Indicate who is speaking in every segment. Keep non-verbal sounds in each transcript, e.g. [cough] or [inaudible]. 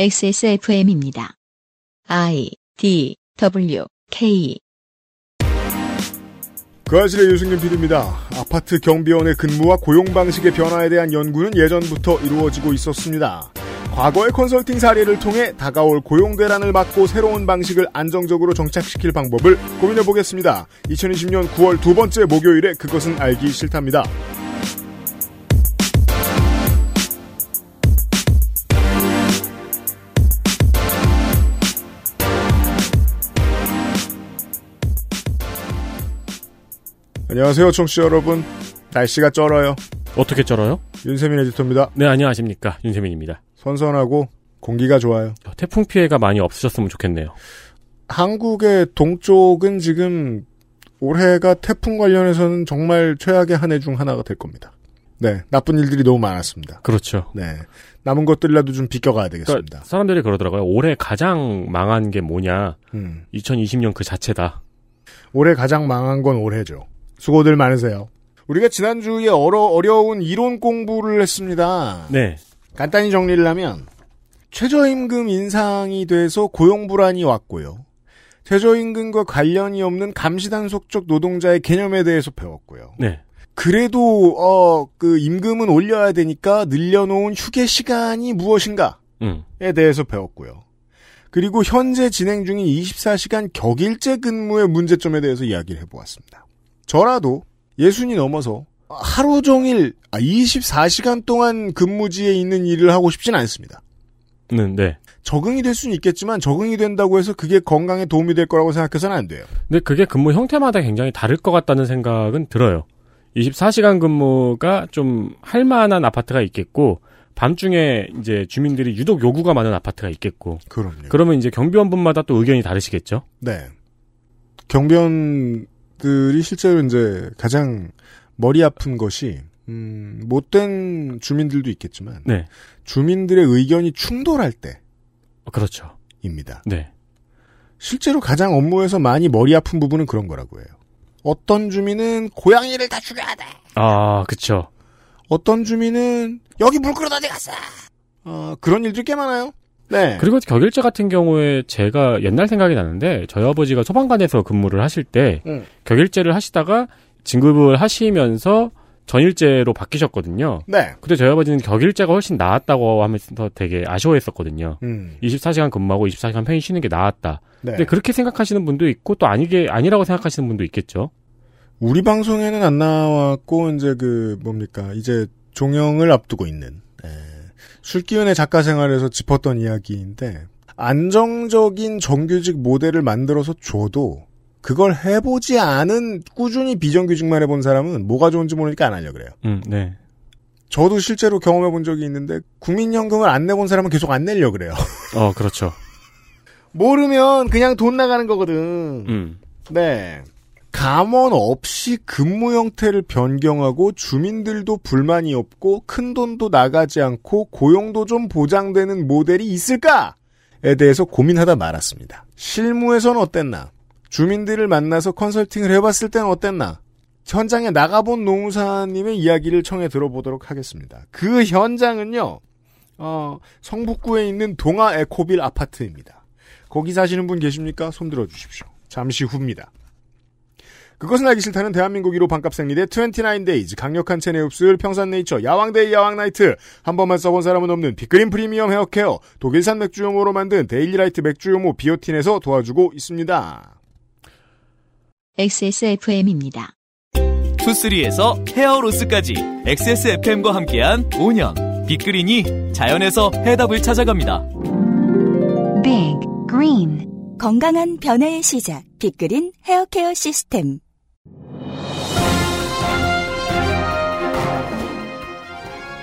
Speaker 1: XSFM입니다. I D W K
Speaker 2: 그 아실의 유승균 PD입니다. 아파트 경비원의 근무와 고용 방식의 변화에 대한 연구는 예전부터 이루어지고 있었습니다. 과거의 컨설팅 사례를 통해 다가올 고용 대란을 막고 새로운 방식을 안정적으로 정착시킬 방법을 고민해 보겠습니다. 2020년 9월 두 번째 목요일에 그것은 알기 싫답니다. 안녕하세요, 청취자 여러분. 날씨가 쩔어요.
Speaker 3: 어떻게 쩔어요?
Speaker 2: 윤세민 에디터입니다.
Speaker 3: 네, 안녕하십니까. 윤세민입니다. 어,
Speaker 2: 선선하고 공기가 좋아요.
Speaker 3: 태풍 피해가 많이 없으셨으면 좋겠네요.
Speaker 2: 한국의 동쪽은 지금 올해가 태풍 관련해서는 정말 최악의 한 해 중 하나가 될 겁니다. 네, 나쁜 일들이 너무 많았습니다.
Speaker 3: 그렇죠.
Speaker 2: 네, 남은 것들이라도 좀 비껴가야
Speaker 3: 그러니까
Speaker 2: 되겠습니다.
Speaker 3: 사람들이 그러더라고요. 올해 가장 망한 게 뭐냐.
Speaker 2: 음,
Speaker 3: 2020년 그 자체다.
Speaker 2: 올해 가장 망한 건 올해죠. 수고들 많으세요. 우리가 지난주에 어려, 어려운 이론 공부를 했습니다.
Speaker 3: 네.
Speaker 2: 간단히 정리를 하면 최저임금 인상이 돼서 고용 불안이 왔고요. 최저임금과 관련이 없는 감시단속적 노동자의 개념에 대해서 배웠고요.
Speaker 3: 네.
Speaker 2: 그래도 어 그 임금은 올려야 되니까 늘려놓은 휴게 시간이 무엇인가에
Speaker 3: 음.
Speaker 2: 대해서 배웠고요. 그리고 현재 진행 중인 24시간 격일제 근무의 문제점에 대해서 이야기를 해보았습니다. 저라도 예순이 넘어서 하루 종일 아, 24시간 동안 근무지에 있는 일을 하고 싶진 않습니다.
Speaker 3: 는, 네.
Speaker 2: 적응이 될 수는 있겠지만 적응이 된다고 해서 그게 건강에 도움이 될 거라고 생각해서는 안 돼요.
Speaker 3: 근데 그게 근무 형태마다 굉장히 다를 것 같다는 생각은 들어요. 24시간 근무가 좀 할만한 아파트가 있겠고, 밤중에 이제 주민들이 유독 요구가 많은 아파트가 있겠고,
Speaker 2: 그럼요.
Speaker 3: 그러면 이제 경비원분마다 또 의견이 다르시겠죠?
Speaker 2: 네. 경비원들이 실제로 이제 가장 머리 아픈 것이 음, 못된 주민들도 있겠지만
Speaker 3: 네.
Speaker 2: 주민들의 의견이 충돌할
Speaker 3: 어, 그렇죠.
Speaker 2: 때입니다.
Speaker 3: 네.
Speaker 2: 실제로 가장 업무에서 많이 머리 아픈 부분은 그런 거라고 해요. 어떤 주민은 고양이를 다 죽여야 돼.
Speaker 3: 아, 그쵸.
Speaker 2: 어떤 주민은 여기 물 끌어다 대갔어. 어, 그런 일들이 꽤 많아요. 네.
Speaker 3: 그리고 격일제 같은 경우에 제가 옛날 생각이 나는데 저희 아버지가 소방관에서 근무를 하실 때
Speaker 2: 음.
Speaker 3: 격일제를 하시다가 진급을 하시면서 전일제로 바뀌셨거든요.
Speaker 2: 네.
Speaker 3: 근데 저희 아버지는 격일제가 훨씬 나았다고 하면서 되게 아쉬워했었거든요.
Speaker 2: 음.
Speaker 3: 24시간 근무하고 24시간 편히 쉬는 게 나았다.
Speaker 2: 네.
Speaker 3: 근데 그렇게 생각하시는 분도 있고 또 아니게 아니라고 생각하시는 분도 있겠죠.
Speaker 2: 우리 방송에는 안 나왔고 이제 그 뭡니까 이제 종영을 앞두고 있는 예, 술기운의 작가 생활에서 짚었던 이야기인데 안정적인 정규직 모델을 만들어서 줘도 그걸 해보지 않은 꾸준히 비정규직만 해본 사람은 뭐가 좋은지 모르니까 안 하려 그래요.
Speaker 3: 음, 네.
Speaker 2: 저도 실제로 경험해 본 적이 있는데 국민연금을 안 내본 사람은 계속 안 내려 그래요.
Speaker 3: 어, 그렇죠.
Speaker 2: 모르면 그냥 돈 나가는 거거든.
Speaker 3: 음.
Speaker 2: 네. 감원 없이 근무 형태를 변경하고 주민들도 불만이 없고 큰 돈도 나가지 않고 고용도 좀 보장되는 모델이 있을까에 대해서 고민하다 말았습니다. 실무에서는 어땠나? 주민들을 만나서 컨설팅을 해봤을 때는 어땠나? 현장에 나가본 노무사님의 이야기를 청해 들어보도록 하겠습니다. 그 현장은요, 어, 성북구에 있는 동아 에코빌 아파트입니다. 거기 사시는 분 계십니까? 손 들어주십시오. 잠시 후입니다. 그것은 알기 싫다는 대한민국 1호 반값 생리대 29데이즈 강력한 체내 흡수율 평산네이처 야왕데이 야왕나이트 한 번만 써본 사람은 없는 빅그린 프리미엄 헤어케어 독일산 맥주용호로 만든 데일리라이트 맥주용호 비오틴에서 도와주고 있습니다.
Speaker 1: XSFM입니다.
Speaker 4: 투쓰리에서 헤어로스까지 XSFM과 함께한 5년 빅그린이 자연에서 해답을 찾아갑니다.
Speaker 5: Big Green
Speaker 6: 건강한 변화의 시작. 빅그린 헤어케어 시스템.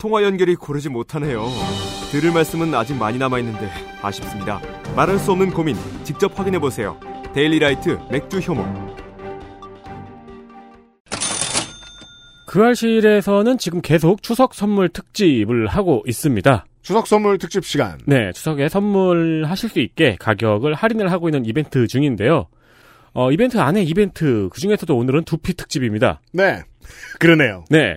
Speaker 7: 통화 연결이 고르지 못하네요. 들을 말씀은 아직 많이 남아 있는데 아쉽습니다. 말할 수 없는 고민 직접 확인해 보세요. 데일리라이트 맥주 효모.
Speaker 3: 그 알실에서는 지금 계속 추석 선물 특집을 하고 있습니다.
Speaker 2: 추석 선물 특집 시간.
Speaker 3: 네, 추석에 선물하실 수 있게 가격을 할인을 하고 있는 이벤트 중인데요. 어, 이벤트 안에 이벤트, 그 중에서도 오늘은 두피 특집입니다.
Speaker 2: 네. 그러네요.
Speaker 3: 네.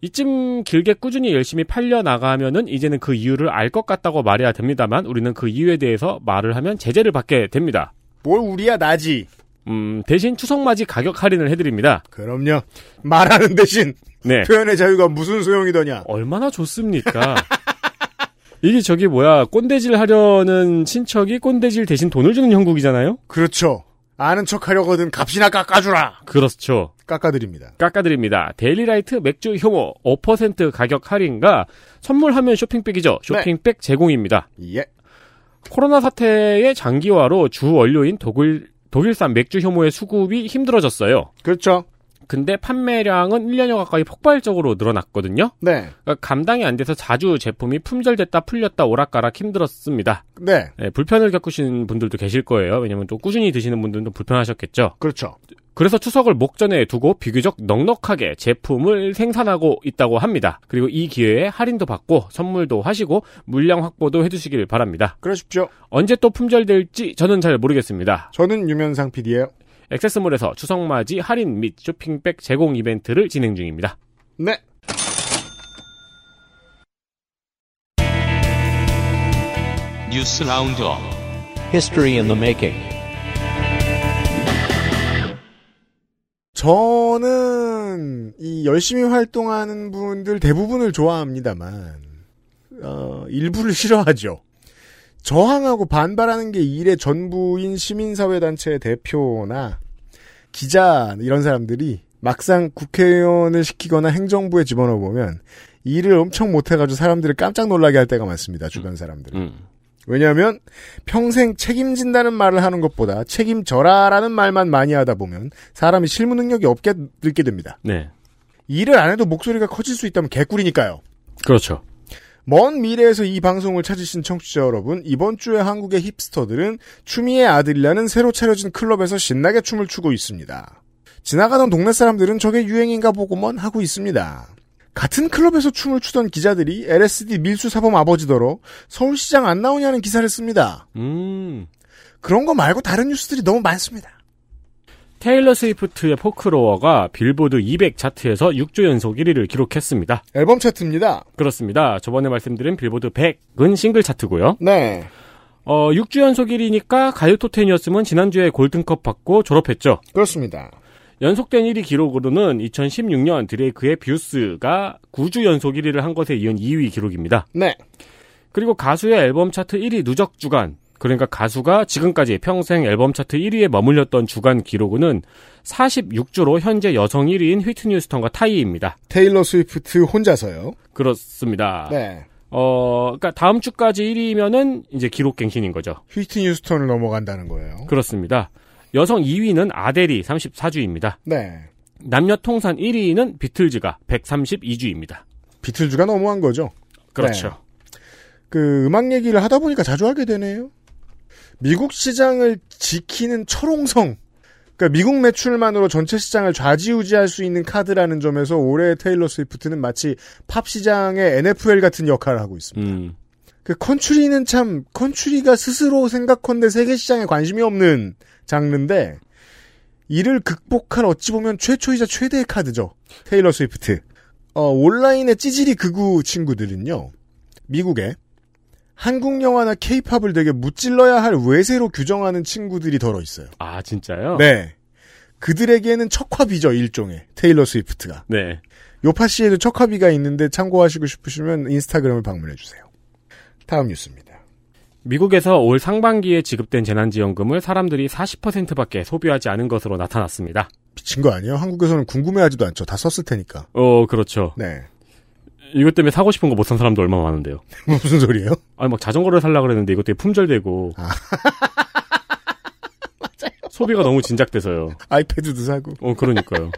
Speaker 3: 이쯤 길게 꾸준히 열심히 팔려나가면은 이제는 그 이유를 알 것 같다고 말해야 됩니다만 우리는 그 이유에 대해서 말을 하면 제재를 받게 됩니다.
Speaker 2: 뭘 우리야 나지.
Speaker 3: 음, 대신 추석맞이 가격 할인을 해드립니다.
Speaker 2: 그럼요. 말하는 대신
Speaker 3: 네.
Speaker 2: 표현의 자유가 무슨 소용이더냐.
Speaker 3: 얼마나 [laughs] 좋습니까? 이게 저기 뭐야, 꼰대질 하려는 친척이 꼰대질 대신 돈을 주는 형국이잖아요?
Speaker 2: 그렇죠. 아는 척 하려거든 값이나 깎아주라.
Speaker 3: 그렇죠.
Speaker 2: 깎아드립니다.
Speaker 3: 깎아드립니다. 데일리라이트 맥주 효모 5% 가격 할인과 선물하면 쇼핑백이죠. 쇼핑백 제공입니다.
Speaker 2: 예.
Speaker 3: 코로나 사태의 장기화로 주 원료인 독일, 독일산 맥주 효모의 수급이 힘들어졌어요.
Speaker 2: 그렇죠.
Speaker 3: 근데 판매량은 1년여 가까이 폭발적으로 늘어났거든요.
Speaker 2: 네.
Speaker 3: 그러니까 감당이 안 돼서 자주 제품이 품절됐다 풀렸다 오락가락 힘들었습니다.
Speaker 2: 네.
Speaker 3: 예, 불편을 겪으신 분들도 계실 거예요. 왜냐면 또 꾸준히 드시는 분들도 불편하셨겠죠.
Speaker 2: 그렇죠.
Speaker 3: 그래서 추석을 목전에 두고 비교적 넉넉하게 제품을 생산하고 있다고 합니다. 그리고 이 기회에 할인도 받고 선물도 하시고 물량 확보도 해주시길 바랍니다.
Speaker 2: 그러십시오.
Speaker 3: 언제 또 품절될지 저는 잘 모르겠습니다.
Speaker 2: 저는 유면상 PD예요.
Speaker 3: 액세스몰에서 추석맞이 할인 및 쇼핑백 제공 이벤트를 진행 중입니다.
Speaker 2: 네.
Speaker 8: 뉴스 라운드업
Speaker 9: History in the making.
Speaker 2: 저는 이 열심히 활동하는 분들 대부분을 좋아합니다만 어, 일부를 싫어하죠. 저항하고 반발하는 게 일의 전부인 시민사회단체 대표나 기자 이런 사람들이 막상 국회의원을 시키거나 행정부에 집어넣어 보면 일을 엄청 못해가지고 사람들을 깜짝 놀라게 할 때가 많습니다. 주변 사람들.
Speaker 3: 음.
Speaker 2: 왜냐하면 평생 책임진다는 말을 하는 것보다 책임져라라는 말만 많이 하다 보면 사람이 실무 능력이 없게 느끼게 됩니다.
Speaker 3: 네.
Speaker 2: 일을 안 해도 목소리가 커질 수 있다면 개꿀이니까요.
Speaker 3: 그렇죠.
Speaker 2: 먼 미래에서 이 방송을 찾으신 청취자 여러분, 이번 주에 한국의 힙스터들은 추미애 아들이라는 새로 차려진 클럽에서 신나게 춤을 추고 있습니다. 지나가던 동네 사람들은 저게 유행인가 보고만 하고 있습니다. 같은 클럽에서 춤을 추던 기자들이 LSD 밀수사범 아버지더러 서울시장 안 나오냐는 기사를 씁니다.
Speaker 3: 음.
Speaker 2: 그런 거 말고 다른 뉴스들이 너무 많습니다.
Speaker 3: 테일러 스위프트의 포크로어가 빌보드 200 차트에서 6주 연속 1위를 기록했습니다.
Speaker 2: 앨범 차트입니다.
Speaker 3: 그렇습니다. 저번에 말씀드린 빌보드 100은 싱글 차트고요.
Speaker 2: 네.
Speaker 3: 어, 6주 연속 1위니까 가요 토텐이었으면 지난주에 골든컵 받고 졸업했죠.
Speaker 2: 그렇습니다.
Speaker 3: 연속된 1위 기록으로는 2016년 드레이크의 뷰스가 9주 연속 1위를 한 것에 이은 2위 기록입니다.
Speaker 2: 네.
Speaker 3: 그리고 가수의 앨범 차트 1위 누적 주간, 그러니까 가수가 지금까지 평생 앨범 차트 1위에 머물렸던 주간 기록은 46주로 현재 여성 1위인 휘트니 스턴과 타이입니다.
Speaker 2: 테일러 스위프트 혼자서요.
Speaker 3: 그렇습니다.
Speaker 2: 네.
Speaker 3: 어, 그러니까 다음 주까지 1위면은 이제 기록 갱신인 거죠.
Speaker 2: 휘트니 휴스턴을 넘어간다는 거예요.
Speaker 3: 그렇습니다. 여성 2위는 아델이 34주입니다.
Speaker 2: 네.
Speaker 3: 남녀 통산 1위는 비틀즈가 132주입니다.
Speaker 2: 비틀즈가 너무한 거죠.
Speaker 3: 그렇죠.
Speaker 2: 네. 그 음악 얘기를 하다 보니까 자주 하게 되네요. 미국 시장을 지키는 철옹성. 그러니까 미국 매출만으로 전체 시장을 좌지우지할 수 있는 카드라는 점에서 올해의 테일러 스위프트는 마치 팝 시장의 NFL 같은 역할을 하고 있습니다.
Speaker 3: 음,
Speaker 2: 그 컨츄리는 참 컨츄리가 스스로 생각컨대 세계 시장에 관심이 없는 장르인데 이를 극복한 어찌 보면 최초이자 최대의 카드죠. 테일러 스위프트. 어, 온라인의 찌질이 극우 친구들은요. 미국에 한국 영화나 케이팝을 되게 무찔러야 할 외세로 규정하는 친구들이 덜어 있어요.
Speaker 3: 아, 진짜요?
Speaker 2: 네. 그들에게는 척화비죠, 일종의. 테일러 스위프트가.
Speaker 3: 네.
Speaker 2: 요파 씨에도 척화비가 있는데 참고하시고 싶으시면 인스타그램을 방문해 주세요. 다음 뉴스입니다.
Speaker 3: 미국에서 올 상반기에 지급된 재난지원금을 사람들이 40%밖에 소비하지 않은 것으로 나타났습니다.
Speaker 2: 미친 거 아니에요? 한국에서는 궁금해하지도 않죠. 다 썼을 테니까.
Speaker 3: 어, 그렇죠.
Speaker 2: 네.
Speaker 3: 이것 때문에 사고 싶은 거 못 산 사람도 얼마나 많은데요.
Speaker 2: [laughs] 무슨 소리예요? [laughs]
Speaker 3: 아니, 막 자전거를 살라 그랬는데 이것 때문에 품절되고. [laughs] 소비가 너무 진작돼서요.
Speaker 2: 아이패드도 사고.
Speaker 3: 어, 그러니까요.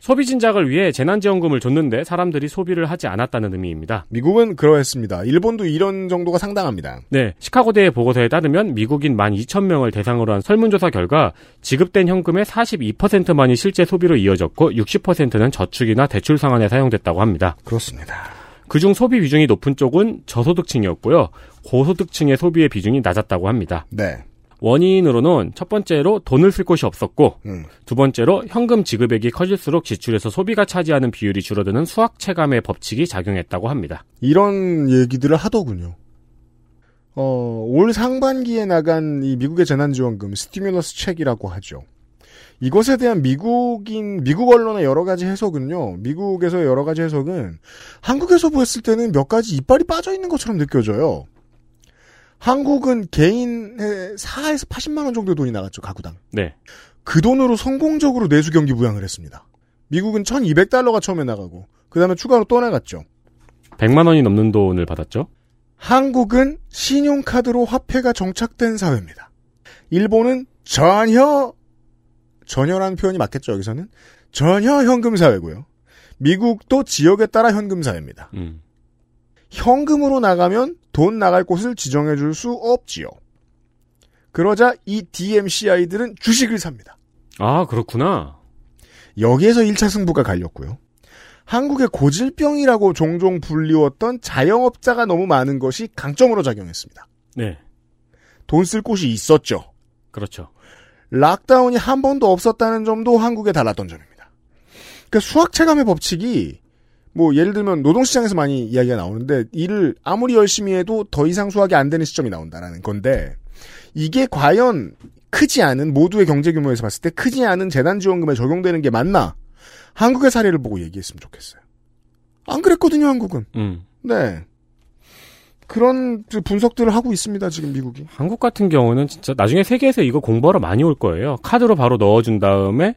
Speaker 3: 소비 진작을 위해 재난지원금을 줬는데 사람들이 소비를 하지 않았다는 의미입니다.
Speaker 2: 미국은 그러했습니다. 일본도 이런 정도가 상당합니다.
Speaker 3: 네, 시카고대의 보고서에 따르면 미국인 12,000명을 대상으로 한 설문조사 결과 지급된 현금의 42%만이 실제 소비로 이어졌고 60%는 저축이나 대출 상환에 사용됐다고 합니다.
Speaker 2: 그렇습니다.
Speaker 3: 그중 소비 비중이 높은 쪽은 저소득층이었고요. 고소득층의 소비의 비중이 낮았다고 합니다.
Speaker 2: 네.
Speaker 3: 원인으로는 첫 번째로 돈을 쓸 곳이 없었고
Speaker 2: 음.
Speaker 3: 두 번째로 현금 지급액이 커질수록 지출에서 소비가 차지하는 비율이 줄어드는 수학 체감의 법칙이 작용했다고 합니다.
Speaker 2: 이런 얘기들을 하더군요. 어, 올 상반기에 나간 이 미국의 재난지원금 스티뮬러스 책이라고 하죠. 이것에 대한 미국인 미국 언론의 여러 가지 해석은요. 미국에서 여러 가지 해석은 한국에서 보였을 때는 몇 가지 이빨이 빠져 있는 것처럼 느껴져요. 한국은 개인의 4에서 80만 원 정도의 돈이 나갔죠 가구당.
Speaker 3: 네.
Speaker 2: 그 돈으로 성공적으로 내수 경기 부양을 했습니다. 미국은 1,200달러가 처음에 나가고 그 다음에 추가로 또 나갔죠.
Speaker 3: 100만 원이 넘는 돈을 받았죠.
Speaker 2: 한국은 신용카드로 화폐가 정착된 사회입니다. 일본은 전혀 전혀라는 표현이 맞겠죠 여기서는 전혀 현금 사회고요. 미국도 지역에 따라 현금 사회입니다.
Speaker 3: 음.
Speaker 2: 현금으로 나가면 돈 나갈 곳을 지정해 줄 수 없지요. 그러자 이 DMCI들은 주식을 삽니다.
Speaker 3: 아, 그렇구나.
Speaker 2: 여기에서 1차 승부가 갈렸고요. 한국의 고질병이라고 종종 불리웠던 자영업자가 너무 많은 것이 강점으로 작용했습니다.
Speaker 3: 네.
Speaker 2: 돈 쓸 곳이 있었죠.
Speaker 3: 그렇죠.
Speaker 2: 락다운이 한 번도 없었다는 점도 한국에 달랐던 점입니다. 그러니까 수학 체감의 법칙이 뭐 예를 들면 노동시장에서 많이 이야기가 나오는데 일을 아무리 열심히 해도 더 이상 수학이 안 되는 시점이 나온다라는 건데 이게 과연 크지 않은 모두의 경제 규모에서 봤을 때 크지 않은 재난지원금에 적용되는 게 맞나 한국의 사례를 보고 얘기했으면 좋겠어요. 안 그랬거든요 한국은.
Speaker 3: 음.
Speaker 2: 네. 그런 분석들을 하고 있습니다 지금 미국이.
Speaker 3: 한국 같은 경우는 진짜 나중에 세계에서 이거 공부하러 많이 올 거예요. 카드로 바로 넣어준 다음에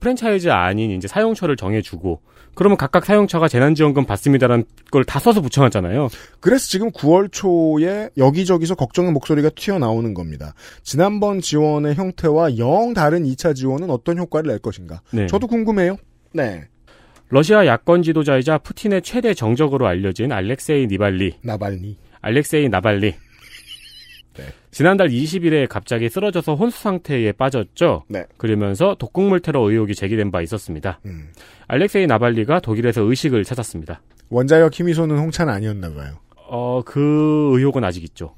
Speaker 3: 프랜차이즈 아닌 이제 사용처를 정해주고 그러면 각각 사용처가 재난지원금 받습니다라는 걸 다 써서 붙여놨잖아요.
Speaker 2: 그래서 지금 9월 초에 여기저기서 걱정의 목소리가 튀어나오는 겁니다. 지난번 지원의 형태와 영 다른 2차 지원은 어떤 효과를 낼 것인가?
Speaker 3: 네.
Speaker 2: 저도 궁금해요. 네.
Speaker 3: 러시아 야권 지도자이자 푸틴의 최대 정적으로 알려진 알렉세이 니발리
Speaker 2: 나발니.
Speaker 3: 알렉세이 나발리. 네. 지난달 20일에 갑자기 쓰러져서 혼수 상태에 빠졌죠.
Speaker 2: 네.
Speaker 3: 그러면서 독극물 테러 의혹이 제기된 바 있었습니다.
Speaker 2: 음.
Speaker 3: 알렉세이 나발리가 독일에서 의식을 찾았습니다.
Speaker 2: 원자력 힘이소는 홍차는 아니었나 봐요.
Speaker 3: 어, 그 의혹은 아직 있죠.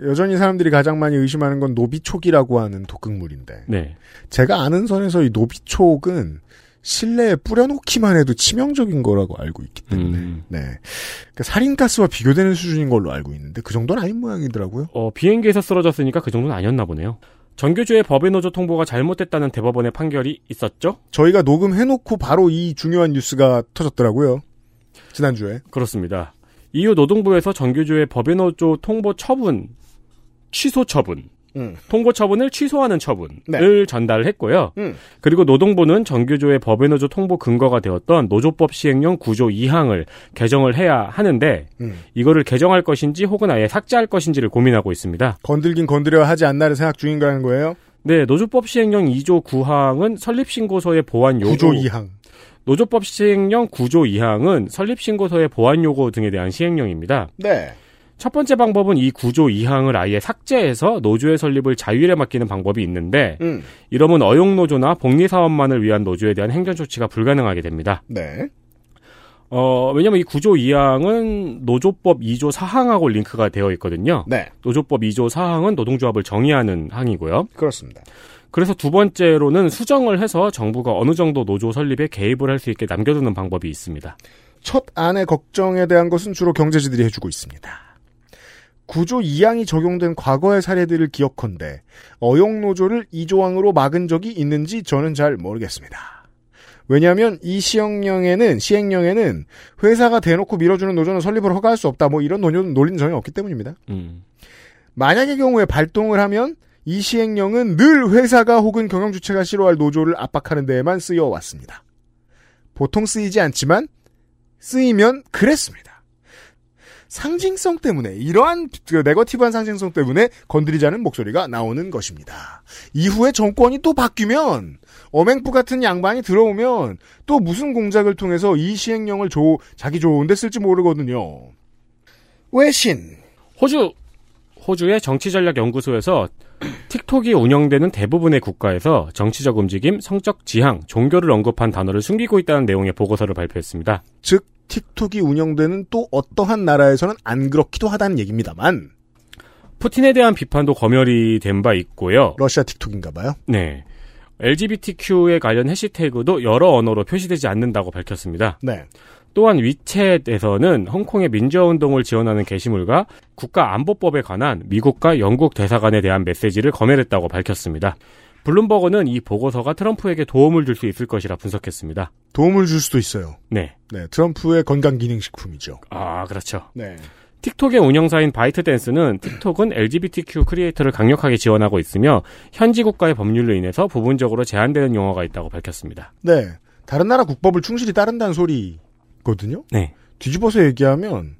Speaker 2: 여전히 사람들이 가장 많이 의심하는 건 노비촉이라고 하는 독극물인데
Speaker 3: 네.
Speaker 2: 제가 아는 선에서 이 노비촉은 실내에 뿌려놓기만 해도 치명적인 거라고 알고 있기 때문에
Speaker 3: 음.
Speaker 2: 네. 그러니까 살인가스와 비교되는 수준인 걸로 알고 있는데 그 정도는 아닌 모양이더라고요.
Speaker 3: 어, 비행기에서 쓰러졌으니까 그 정도는 아니었나 보네요. 전교조의 법의 노조 통보가 잘못됐다는 대법원의 판결이 있었죠?
Speaker 2: 저희가 녹음해놓고 바로 이 중요한 뉴스가 터졌더라고요. 지난주에.
Speaker 3: 그렇습니다. 이후 노동부에서 전교조의 법의 노조 통보 처분, 취소 처분,
Speaker 2: 음.
Speaker 3: 통보 처분을 취소하는 처분을
Speaker 2: 네.
Speaker 3: 전달했고요.
Speaker 2: 음.
Speaker 3: 그리고 노동부는 전교조의 법의 노조 통보 근거가 되었던 노조법 시행령 구조 2항을 개정을 해야 하는데
Speaker 2: 음.
Speaker 3: 이거를 개정할 것인지 혹은 아예 삭제할 것인지를 고민하고 있습니다.
Speaker 2: 건들긴 건드려 하지 않나를 생각 중인가라는 거예요.
Speaker 3: 네, 노조법 시행령 2조 9항은 설립신고서의 보완 요구
Speaker 2: 구조 2항.
Speaker 3: 노조법 시행령 9조 2항은 설립신고서의 보완 요구 등에 대한 시행령입니다.
Speaker 2: 네.
Speaker 3: 첫 번째 방법은 이 9조 2항을 아예 삭제해서 노조의 설립을 자율에 맡기는 방법이 있는데
Speaker 2: 음.
Speaker 3: 이러면 어용노조나 복리사업만을 위한 노조에 대한 행정조치가 불가능하게 됩니다.
Speaker 2: 네.
Speaker 3: 어, 왜냐면 이 9조 2항은 노조법 2조 4항하고 링크가 되어 있거든요.
Speaker 2: 네.
Speaker 3: 노조법 2조 4항은 노동조합을 정의하는 항이고요.
Speaker 2: 그렇습니다.
Speaker 3: 그래서 두 번째로는 수정을 해서 정부가 어느 정도 노조 설립에 개입을 할 수 있게 남겨두는 방법이 있습니다.
Speaker 2: 첫 안의 걱정에 대한 것은 주로 경제지들이 해주고 있습니다. 구조 2항이 적용된 과거의 사례들을 기억컨대 어용노조를 2조항으로 막은 적이 있는지 저는 잘 모르겠습니다. 왜냐하면 이 시행령에는 시행령에는 회사가 대놓고 밀어주는 노조는 설립을 허가할 수 없다 뭐 이런 논- 논리는 전혀 없기 때문입니다.
Speaker 3: 음.
Speaker 2: 만약의 경우에 발동을 하면 이 시행령은 늘 회사가 혹은 경영주체가 싫어할 노조를 압박하는 데에만 쓰여왔습니다. 보통 쓰이지 않지만 쓰이면 그랬습니다. 상징성 때문에 이러한 그 네거티브한 상징성 때문에 건드리자는 목소리가 나오는 것입니다. 이후에 정권이 또 바뀌면 어맹부 같은 양반이 들어오면 또 무슨 공작을 통해서 이 시행령을 조, 자기 좋은데 쓸지 모르거든요. 외신
Speaker 3: 호주 호주의 정치전략연구소에서 틱톡이 운영되는 대부분의 국가에서 정치적 움직임, 성적 지향, 종교를 언급한 단어를 숨기고 있다는 내용의 보고서를 발표했습니다.
Speaker 2: 즉 틱톡이 운영되는 또 어떠한 나라에서는 안 그렇기도 하다는 얘기입니다만
Speaker 3: 푸틴에 대한 비판도 검열이 된 바 있고요.
Speaker 2: 러시아 틱톡인가 봐요.
Speaker 3: 네. LGBTQ에 관련 해시태그도 여러 언어로 표시되지 않는다고 밝혔습니다.
Speaker 2: 네.
Speaker 3: 또한 위챗에서는 홍콩의 민주화운동을 지원하는 게시물과 국가안보법에 관한 미국과 영국 대사관에 대한 메시지를 검열했다고 밝혔습니다. 블룸버그는 이 보고서가 트럼프에게 도움을 줄 수 있을 것이라 분석했습니다.
Speaker 2: 도움을 줄 수도 있어요.
Speaker 3: 네.
Speaker 2: 네, 트럼프의 건강 기능식품이죠.
Speaker 3: 아, 그렇죠.
Speaker 2: 네.
Speaker 3: 틱톡의 운영사인 바이트댄스는 틱톡은 LGBTQ 크리에이터를 강력하게 지원하고 있으며 현지 국가의 법률로 인해서 부분적으로 제한되는 용어가 있다고 밝혔습니다.
Speaker 2: 네. 다른 나라 국법을 충실히 따른다는 소리거든요.
Speaker 3: 네.
Speaker 2: 뒤집어서 얘기하면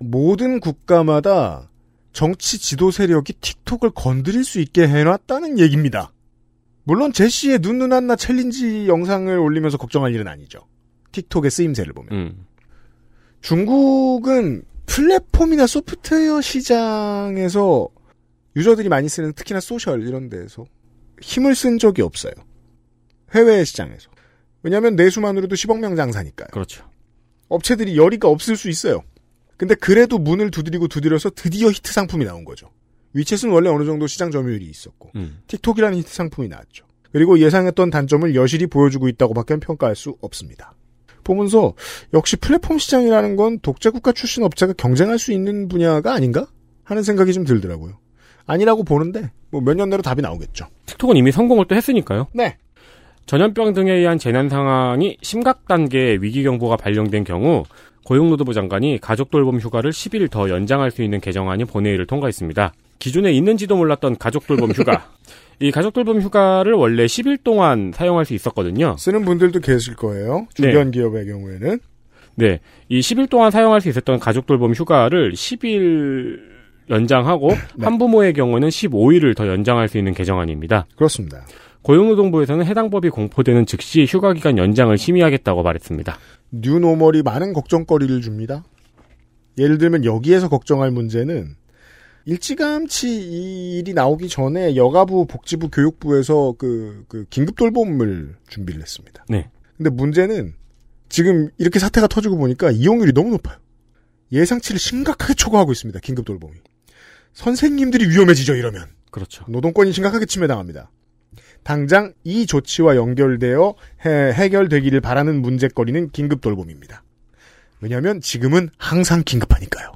Speaker 2: 모든 국가마다 정치 지도 세력이 틱톡을 건드릴 수 있게 해놨다는 얘기입니다. 물론 제시의 눈누난나 챌린지 영상을 올리면서 걱정할 일은 아니죠. 틱톡의 쓰임새를 보면.
Speaker 3: 음.
Speaker 2: 중국은 플랫폼이나 소프트웨어 시장에서 유저들이 많이 쓰는 특히나 소셜 이런 데에서 힘을 쓴 적이 없어요. 해외 시장에서. 왜냐하면 내수만으로도 10억 명 장사니까요.
Speaker 3: 그렇죠.
Speaker 2: 업체들이 열의가 없을 수 있어요. 근데 그래도 문을 두드리고 두드려서 드디어 히트 상품이 나온 거죠. 위챗은 원래 어느 정도 시장 점유율이 있었고
Speaker 3: 음.
Speaker 2: 틱톡이라는 히트 상품이 나왔죠. 그리고 예상했던 단점을 여실히 보여주고 있다고 밖에 평가할 수 없습니다. 보면서 역시 플랫폼 시장이라는 건 독재국가 출신 업체가 경쟁할 수 있는 분야가 아닌가 하는 생각이 좀 들더라고요. 아니라고 보는데 뭐 몇 년 내로 답이 나오겠죠.
Speaker 3: 틱톡은 이미 성공을 또 했으니까요.
Speaker 2: 네.
Speaker 3: 전염병 등에 의한 재난 상황이 심각 단계의 위기 경보가 발령된 경우 고용노동부 장관이 가족 돌봄 휴가를 10일 더 연장할 수 있는 개정안이 본회의를 통과했습니다. 기존에 있는지도 몰랐던 가족 돌봄 휴가. 이 가족 돌봄 휴가를 원래 10일 동안 사용할 수 있었거든요.
Speaker 2: 쓰는 분들도 계실 거예요. 주변 기업의 경우에는
Speaker 3: 네. 이 10일 동안 사용할 수 있었던 가족 돌봄 휴가를 10일 연장하고 한부모의 경우는 15일을 더 연장할 수 있는 개정안입니다.
Speaker 2: 그렇습니다.
Speaker 3: 고용노동부에서는 해당 법이 공포되는 즉시 휴가 기간 연장을 심의하겠다고 말했습니다.
Speaker 2: 뉴노멀이 많은 걱정거리를 줍니다. 예를 들면 여기에서 걱정할 문제는 일찌감치 이 일이 나오기 전에 여가부, 복지부, 교육부에서 그, 그 긴급 돌봄을 준비를 했습니다.
Speaker 3: 네.
Speaker 2: 근데 문제는 지금 이렇게 사태가 터지고 보니까 이용률이 너무 높아요. 예상치를 심각하게 초과하고 있습니다. 긴급 돌봄이. 선생님들이 위험해지죠, 이러면.
Speaker 3: 그렇죠.
Speaker 2: 노동권이 심각하게 침해당합니다. 당장 이 조치와 연결되어 해, 결되기를 바라는 문제거리는 긴급 돌봄입니다. 왜냐하면 지금은 항상 긴급하니까요.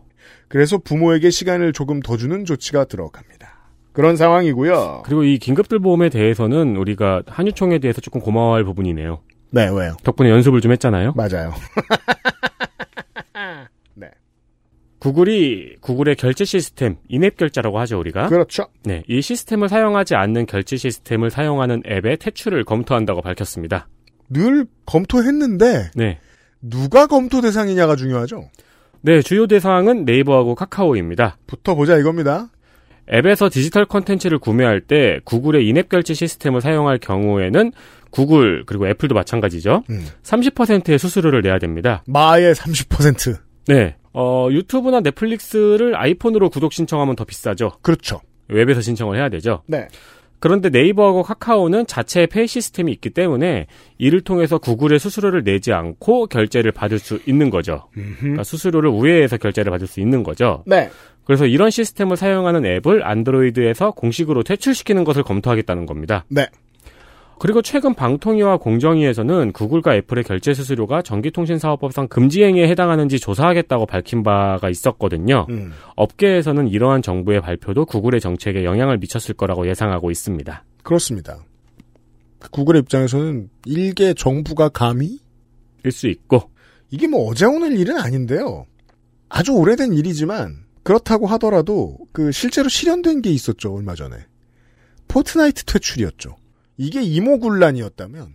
Speaker 2: 그래서 부모에게 시간을 조금 더 주는 조치가 들어갑니다. 그런 상황이고요.
Speaker 3: 그리고 이 긴급들보험에 대해서는 우리가 한유총에 대해서 조금 고마워할 부분이네요.
Speaker 2: 네, 왜요?
Speaker 3: 덕분에 연습을 좀 했잖아요.
Speaker 2: 맞아요.
Speaker 3: 구글이 구글의 결제 시스템, 인앱 결제라고 하죠 우리가.
Speaker 2: 그렇죠.
Speaker 3: 네, 이 시스템을 사용하지 않는 결제 시스템을 사용하는 앱의 퇴출을 검토한다고 밝혔습니다.
Speaker 2: 늘 검토했는데
Speaker 3: 네,
Speaker 2: 누가 검토 대상이냐가 중요하죠.
Speaker 3: 네 주요 대상은 네이버하고 카카오입니다.
Speaker 2: 붙어보자 이겁니다.
Speaker 3: 앱에서 디지털 컨텐츠를 구매할 때 구글의 인앱 결제 시스템을 사용할 경우에는 구글 그리고 애플도 마찬가지죠.
Speaker 2: 음.
Speaker 3: 30%의 수수료를 내야 됩니다.
Speaker 2: 마의 30%
Speaker 3: 네. 어, 유튜브나 넷플릭스를 아이폰으로 구독 신청하면 더 비싸죠.
Speaker 2: 그렇죠.
Speaker 3: 웹에서 신청을 해야 되죠.
Speaker 2: 네.
Speaker 3: 그런데 네이버하고 카카오는 자체 페이 시스템이 있기 때문에 이를 통해서 구글의 수수료를 내지 않고 결제를 받을 수 있는 거죠. 그러니까 수수료를 우회해서 결제를 받을 수 있는 거죠.
Speaker 2: 네.
Speaker 3: 그래서 이런 시스템을 사용하는 앱을 안드로이드에서 공식으로 퇴출시키는 것을 검토하겠다는 겁니다.
Speaker 2: 네.
Speaker 3: 그리고 최근 방통위와 공정위에서는 구글과 애플의 결제 수수료가 전기통신사업법상 금지행위에 해당하는지 조사하겠다고 밝힌 바가 있었거든요.
Speaker 2: 음.
Speaker 3: 업계에서는 이러한 정부의 발표도 구글의 정책에 영향을 미쳤을 거라고 예상하고 있습니다.
Speaker 2: 그렇습니다. 구글의 입장에서는 일개 정부가 감히
Speaker 3: 일 수 있고
Speaker 2: 이게 뭐 어제 오늘 일은 아닌데요. 아주 오래된 일이지만 그렇다고 하더라도 그 실제로 실현된 게 있었죠 얼마 전에 포트나이트 퇴출이었죠. 이게 이모군란이었다면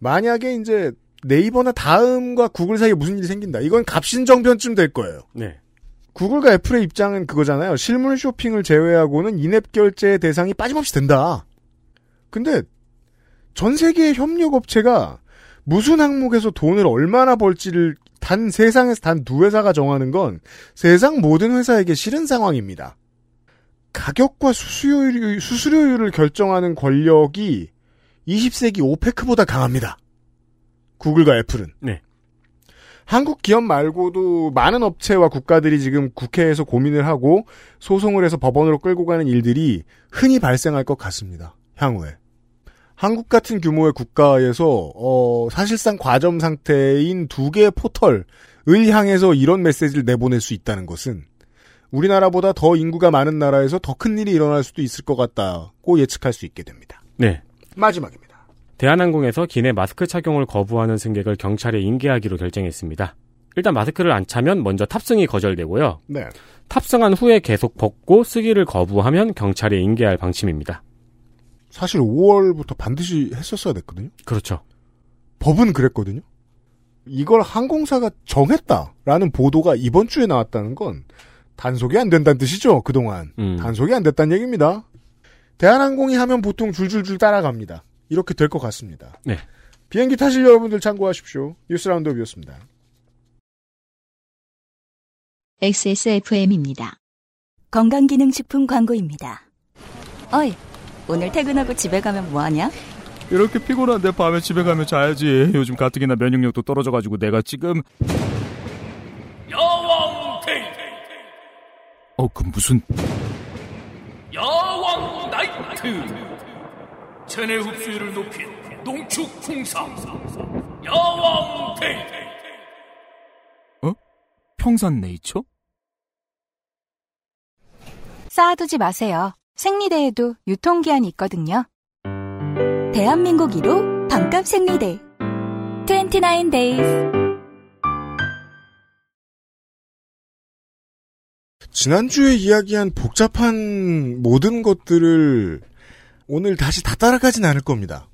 Speaker 2: 만약에 이제 네이버나 다음과 구글 사이에 무슨 일이 생긴다 이건 갑신정변쯤 될 거예요.
Speaker 3: 네.
Speaker 2: 구글과 애플의 입장은 그거잖아요. 실물 쇼핑을 제외하고는 인앱 결제의 대상이 빠짐없이 된다. 근데 전 세계의 협력 업체가 무슨 항목에서 돈을 얼마나 벌지를 단 세상에서 단 두 회사가 정하는 건 세상 모든 회사에게 싫은 상황입니다. 가격과 수수료율, 수수료율을 결정하는 권력이 20세기 오페크보다 강합니다. 구글과 애플은.
Speaker 3: 네.
Speaker 2: 한국 기업 말고도 많은 업체와 국가들이 지금 국회에서 고민을 하고 소송을 해서 법원으로 끌고 가는 일들이 흔히 발생할 것 같습니다. 향후에. 한국 같은 규모의 국가에서 어, 사실상 과점 상태인 두 개의 포털을 향해서 이런 메시지를 내보낼 수 있다는 것은 우리나라보다 더 인구가 많은 나라에서 더 큰 일이 일어날 수도 있을 것 같다고 예측할 수 있게 됩니다.
Speaker 3: 네.
Speaker 2: 마지막입니다.
Speaker 3: 대한항공에서 기내 마스크 착용을 거부하는 승객을 경찰에 인계하기로 결정했습니다. 일단 마스크를 안 차면 먼저 탑승이 거절되고요.
Speaker 2: 네.
Speaker 3: 탑승한 후에 계속 벗고 쓰기를 거부하면 경찰에 인계할 방침입니다.
Speaker 2: 사실 5월부터 반드시 했었어야 됐거든요.
Speaker 3: 그렇죠.
Speaker 2: 법은 그랬거든요. 이걸 항공사가 정했다라는 보도가 이번 주에 나왔다는 건 단속이 안 된다는 뜻이죠. 그동안
Speaker 3: 음.
Speaker 2: 단속이 안 됐다는 얘기입니다. 대한항공이 하면 보통 줄줄줄 따라갑니다. 이렇게 될 것 같습니다.
Speaker 3: 네.
Speaker 2: 비행기 타실 여러분들 참고하십시오. 뉴스 라운드업이었습니다.
Speaker 1: XSFM입니다.
Speaker 6: 건강기능식품 광고입니다. 어이, 오늘 퇴근하고 집에 가면 뭐하냐?
Speaker 10: 이렇게 피곤한데 밤에 집에 가면 자야지. 요즘 가뜩이나 면역력도 떨어져가지고 내가 지금
Speaker 11: 여왕탱
Speaker 10: 어 그 무슨
Speaker 11: 여왕 나이트 체내 흡수율을 높인 농축 풍상 여왕탱
Speaker 10: 평산네이처?
Speaker 12: 쌓아두지 마세요. 생리대에도 유통기한이 있거든요.
Speaker 6: 대한민국 1호 반값 생리대 29 days
Speaker 2: 지난주에 이야기한 복잡한 모든 것들을 오늘 다시 다 따라가진 않을 겁니다.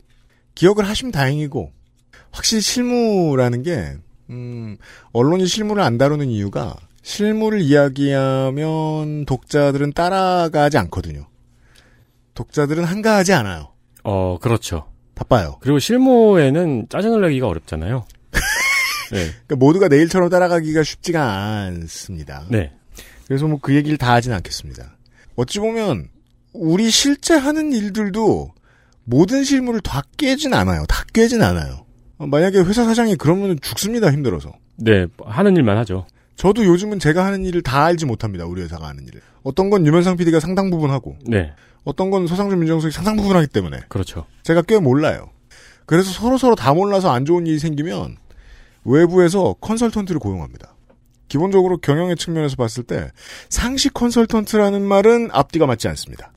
Speaker 2: 기억을 하시면 다행이고, 확실히 실무라는 게, 음, 언론이 실무를 안 다루는 이유가, 실무를 이야기하면 독자들은 따라가지 않거든요. 독자들은 한가하지 않아요.
Speaker 3: 어, 그렇죠.
Speaker 2: 바빠요.
Speaker 3: 그리고 실무에는 짜증을 내기가 [laughs] 어렵잖아요. 네.
Speaker 2: 그러니까 모두가 내일처럼 따라가기가 쉽지가 않습니다.
Speaker 3: 네.
Speaker 2: 그래서 뭐 그 얘기를 다 하진 않겠습니다. 어찌 보면 우리 실제 하는 일들도 모든 실무를 다 깨진 않아요. 다 깨진 않아요. 어, 만약에 회사 사장이 그러면 죽습니다. 힘들어서.
Speaker 3: 네, 하는 일만 하죠.
Speaker 2: 저도 요즘은 제가 하는 일을 다 알지 못합니다. 우리 회사가 하는 일을. 어떤 건 유면상 PD가 상당 부분 하고
Speaker 3: 네.
Speaker 2: 어떤 건 서상준 민정수석이 상당 부분 하기 때문에
Speaker 3: 그렇죠.
Speaker 2: 제가 꽤 몰라요. 그래서 서로 서로 다 몰라서 안 좋은 일이 생기면 외부에서 컨설턴트를 고용합니다. 기본적으로 경영의 측면에서 봤을 때 상시 컨설턴트라는 말은 앞뒤가 맞지 않습니다.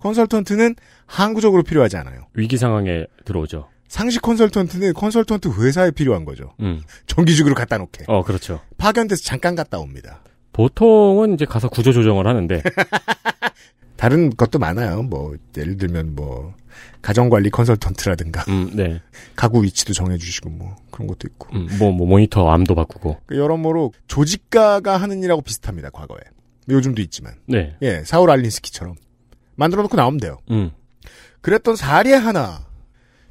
Speaker 2: 컨설턴트는 항구적으로 필요하지 않아요.
Speaker 3: 위기 상황에 들어오죠.
Speaker 2: 상시 컨설턴트는 컨설턴트 회사에 필요한 거죠.
Speaker 3: 음.
Speaker 2: 정기직으로 갖다 놓게.
Speaker 3: 어, 그렇죠.
Speaker 2: 파견돼서 잠깐 갔다 옵니다.
Speaker 3: 보통은 이제 가서 구조 조정을 [laughs] 하는데
Speaker 2: 다른 것도 많아요. 뭐 예를 들면 뭐 가정관리 컨설턴트라든가
Speaker 3: 음, 네.
Speaker 2: 가구 위치도 정해주시고 뭐 그런 것도 있고
Speaker 3: 음, 뭐, 뭐 모니터 암도 바꾸고.
Speaker 2: 그 여러모로 조직가가 하는 일하고 비슷합니다. 과거에 요즘도 있지만
Speaker 3: 네.
Speaker 2: 예 사울 알린스키처럼 만들어놓고 나오면 돼요.
Speaker 3: 음.
Speaker 2: 그랬던 사례 하나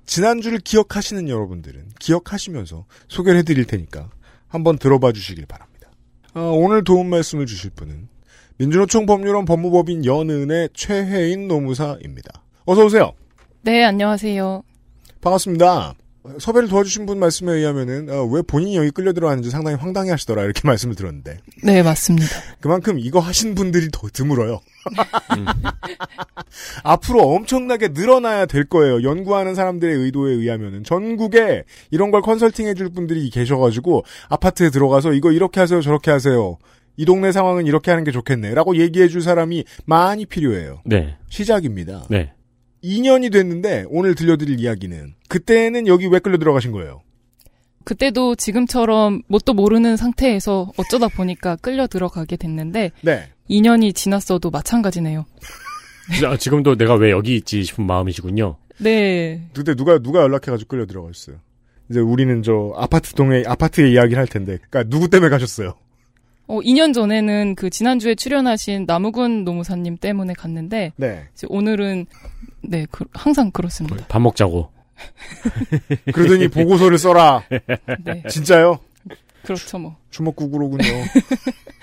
Speaker 2: 지난주를 기억하시는 여러분들은 기억하시면서 소개를 해드릴 테니까 한번 들어봐 주시길 바랍니다. 아, 오늘 도움 말씀을 주실 분은 민주노총 법률원 법무법인 연은의 최혜인 노무사입니다. 어서 오세요.
Speaker 13: 네, 안녕하세요.
Speaker 2: 반갑습니다. 섭외를 도와주신 분 말씀에 의하면은 어, 왜 본인이 여기 끌려 들어왔는지 상당히 황당해하시더라 이렇게 [laughs] 말씀을 들었는데
Speaker 13: 네, 맞습니다.
Speaker 2: 그만큼 이거 하신 분들이 더 드물어요. [laughs] 앞으로 엄청나게 늘어나야 될 거예요. 연구하는 사람들의 의도에 의하면은 전국에 이런 걸 컨설팅 해줄 분들이 계셔가지고 아파트에 들어가서 이거 이렇게 하세요 저렇게 하세요 이 동네 상황은 이렇게 하는 게 좋겠네라고 얘기해줄 사람이 많이 필요해요.
Speaker 3: 네.
Speaker 2: 시작입니다.
Speaker 3: 네.
Speaker 2: 2년이 됐는데 오늘 들려드릴 이야기는 그때는 여기 왜 끌려 들어가신 거예요?
Speaker 13: 그때도 지금처럼 뭣도 모르는 상태에서 어쩌다 보니까 끌려 들어가게 됐는데
Speaker 2: 네.
Speaker 13: 2년이 지났어도 마찬가지네요.
Speaker 3: 자, 아, 지금도 내가 왜 여기 있지 싶은 마음이시군요.
Speaker 13: 네.
Speaker 2: 그때 누가 누가 연락해가지고 끌려 들어가셨어요. 이제 우리는 저 아파트 동에 아파트에 이야기를 할 텐데, 그러니까 누구 때문에 가셨어요?
Speaker 13: 어, 2년 전에는 그 지난주에 출연하신 남우근 노무사님 때문에 갔는데
Speaker 2: 네.
Speaker 13: 이제 오늘은 네 그- 항상 그렇습니다.
Speaker 3: 밥 먹자고.
Speaker 2: 그러더니 보고서를 써라. 진짜요?
Speaker 13: 그렇죠 뭐.
Speaker 2: 주먹구구로군요. [laughs]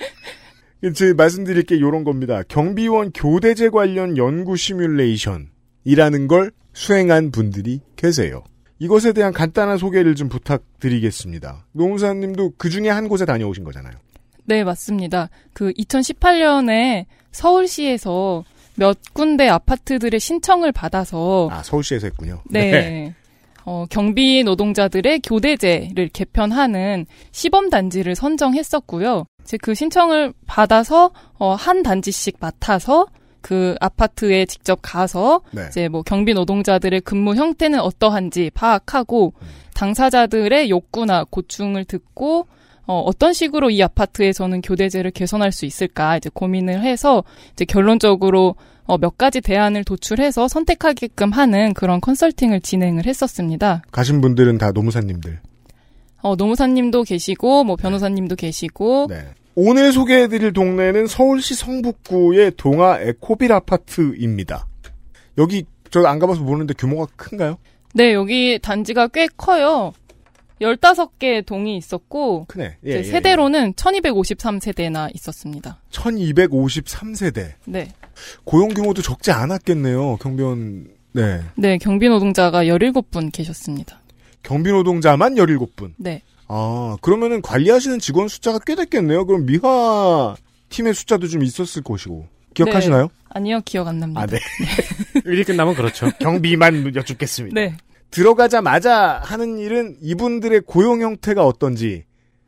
Speaker 2: 제 말씀드릴 게 이런 겁니다. 경비원 교대제 관련 연구 시뮬레이션이라는 걸 수행한 분들이 계세요. 이것에 대한 간단한 소개를 좀 부탁드리겠습니다. 노무사님도 그 중에 한 곳에 다녀오신 거잖아요.
Speaker 13: 네 맞습니다. 그 2018년에 서울시에서 몇 군데 아파트들의 신청을 받아서
Speaker 2: 아, 서울시에서 했군요.
Speaker 13: 네. 어, 경비 노동자들의 교대제를 개편하는 시범 단지를 선정했었고요. 이제 그 신청을 받아서 어, 한 단지씩 맡아서 그 아파트에 직접 가서
Speaker 14: 네.
Speaker 13: 이제 뭐 경비 노동자들의 근무 형태는 어떠한지 파악하고 당사자들의 욕구나 고충을 듣고 어, 어떤 식으로 이 아파트에서는 교대제를 개선할 수 있을까 이제 고민을 해서 이제 결론적으로 어, 몇 가지 대안을 도출해서 선택하게끔 하는 그런 컨설팅을 진행을 했었습니다.
Speaker 2: 가신 분들은 다 노무사님들.
Speaker 13: 어, 노무사님도 계시고
Speaker 2: 네.
Speaker 13: 뭐 변호사님도 계시고
Speaker 2: 오늘 소개해드릴 동네는 서울시 성북구의 동아 에코빌 아파트입니다. 여기 저 안 가봐서 모르는데 규모가 큰가요?
Speaker 13: 네, 여기 단지가 꽤 커요. 15개 동이 있었고
Speaker 2: 크네. 예,
Speaker 13: 이제
Speaker 2: 예,
Speaker 13: 세대로는 1253세대나 있었습니다.
Speaker 2: 1253세대.
Speaker 13: 네.
Speaker 2: 고용 규모도 적지 않았겠네요. 경비원 네.
Speaker 13: 네, 경비 노동자가 17분 계셨습니다.
Speaker 2: 경비 노동자만 17분.
Speaker 13: 네.
Speaker 2: 아, 그러면은 관리하시는 직원 숫자가 꽤 됐겠네요. 그럼 미화 팀의 숫자도 좀 있었을 것이고. 기억하시나요?
Speaker 13: 네. 아니요, 기억 안 납니다.
Speaker 2: 아, 네.
Speaker 3: 일이 끝나면 그렇죠.
Speaker 2: 경비만 여쭙겠습니다.
Speaker 13: 네.
Speaker 2: 들어가자마자 하는 일은 이분들의 고용 형태가 어떤지,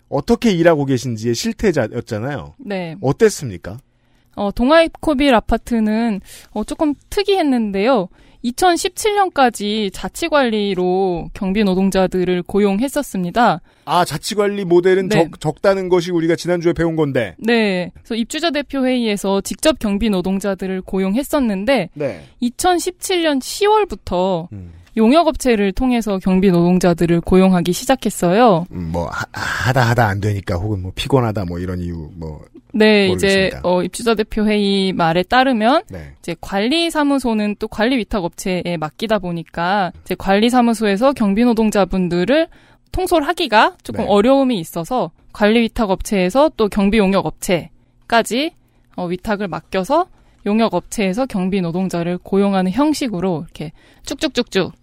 Speaker 2: 어떻게 일하고 계신지의 실태자였잖아요.
Speaker 13: 네.
Speaker 2: 어땠습니까?
Speaker 13: 어, 동아이코빌 아파트는 어, 조금 특이했는데요. 2017년까지 자치관리로 경비 노동자들을 고용했었습니다.
Speaker 2: 아, 자치관리 모델은
Speaker 13: 네.
Speaker 2: 적, 적다는 것이 우리가 지난주에 배운 건데.
Speaker 13: 네. 그래서 입주자 대표 회의에서 직접 경비 노동자들을 고용했었는데
Speaker 2: 네.
Speaker 13: 2017년 10월부터
Speaker 2: 음.
Speaker 13: 용역업체를 통해서 경비 노동자들을 고용하기 시작했어요.
Speaker 2: 음, 뭐 하, 하다 하다 안 되니까 혹은 뭐 피곤하다 뭐 이런 이유 뭐
Speaker 13: 네,
Speaker 2: 모르겠습니다.
Speaker 13: 이제 어, 입주자 대표 회의 말에 따르면
Speaker 2: 네.
Speaker 13: 이제 관리 사무소는 또 관리 위탁 업체에 맡기다 보니까 이제 관리 사무소에서 경비 노동자분들을 통솔하기가 조금
Speaker 15: 네.
Speaker 13: 어려움이 있어서 관리 위탁 업체에서 또 경비 용역 업체까지 어, 위탁을 맡겨서 용역 업체에서 경비 노동자를 고용하는 형식으로 이렇게 쭉쭉쭉쭉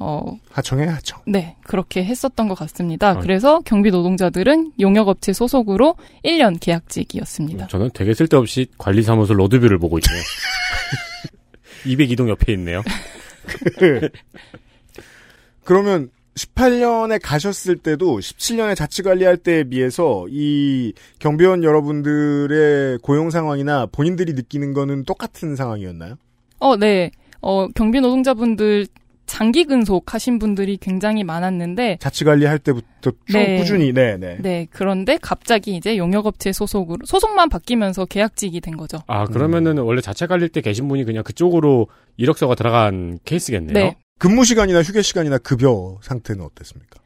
Speaker 13: 어,
Speaker 2: 하청에 하청.
Speaker 13: 네, 그렇게 했었던 것 같습니다. 그래서 경비 노동자들은 용역업체 소속으로 1년 계약직이었습니다.
Speaker 3: 음, 저는 되게 쓸데없이 관리사무소 로드뷰를 보고 있네요. [laughs] 202동 옆에 있네요.
Speaker 2: 그러면 18년에 가셨을 때도 17년에 자치 관리할 때에 비해서 이 경비원 여러분들의 고용 상황이나 본인들이 느끼는 거는 똑같은 상황이었나요?
Speaker 13: 어, 네. 어, 경비 노동자분들 장기 근속 하신 분들이 굉장히 많았는데
Speaker 2: 자치 관리할 때부터 쭉
Speaker 13: 네.
Speaker 2: 꾸준히 네, 네.
Speaker 13: 네, 그런데 갑자기 이제 용역업체 소속으로 소속만 바뀌면서 계약직이 된 거죠.
Speaker 3: 아, 그러면은 원래 자체 관리일 때 계신 분이 그냥 그쪽으로 이력서가 들어간 케이스겠네요.
Speaker 13: 네.
Speaker 2: 근무 시간이나 휴게 시간이나 급여 상태는 어땠습니까?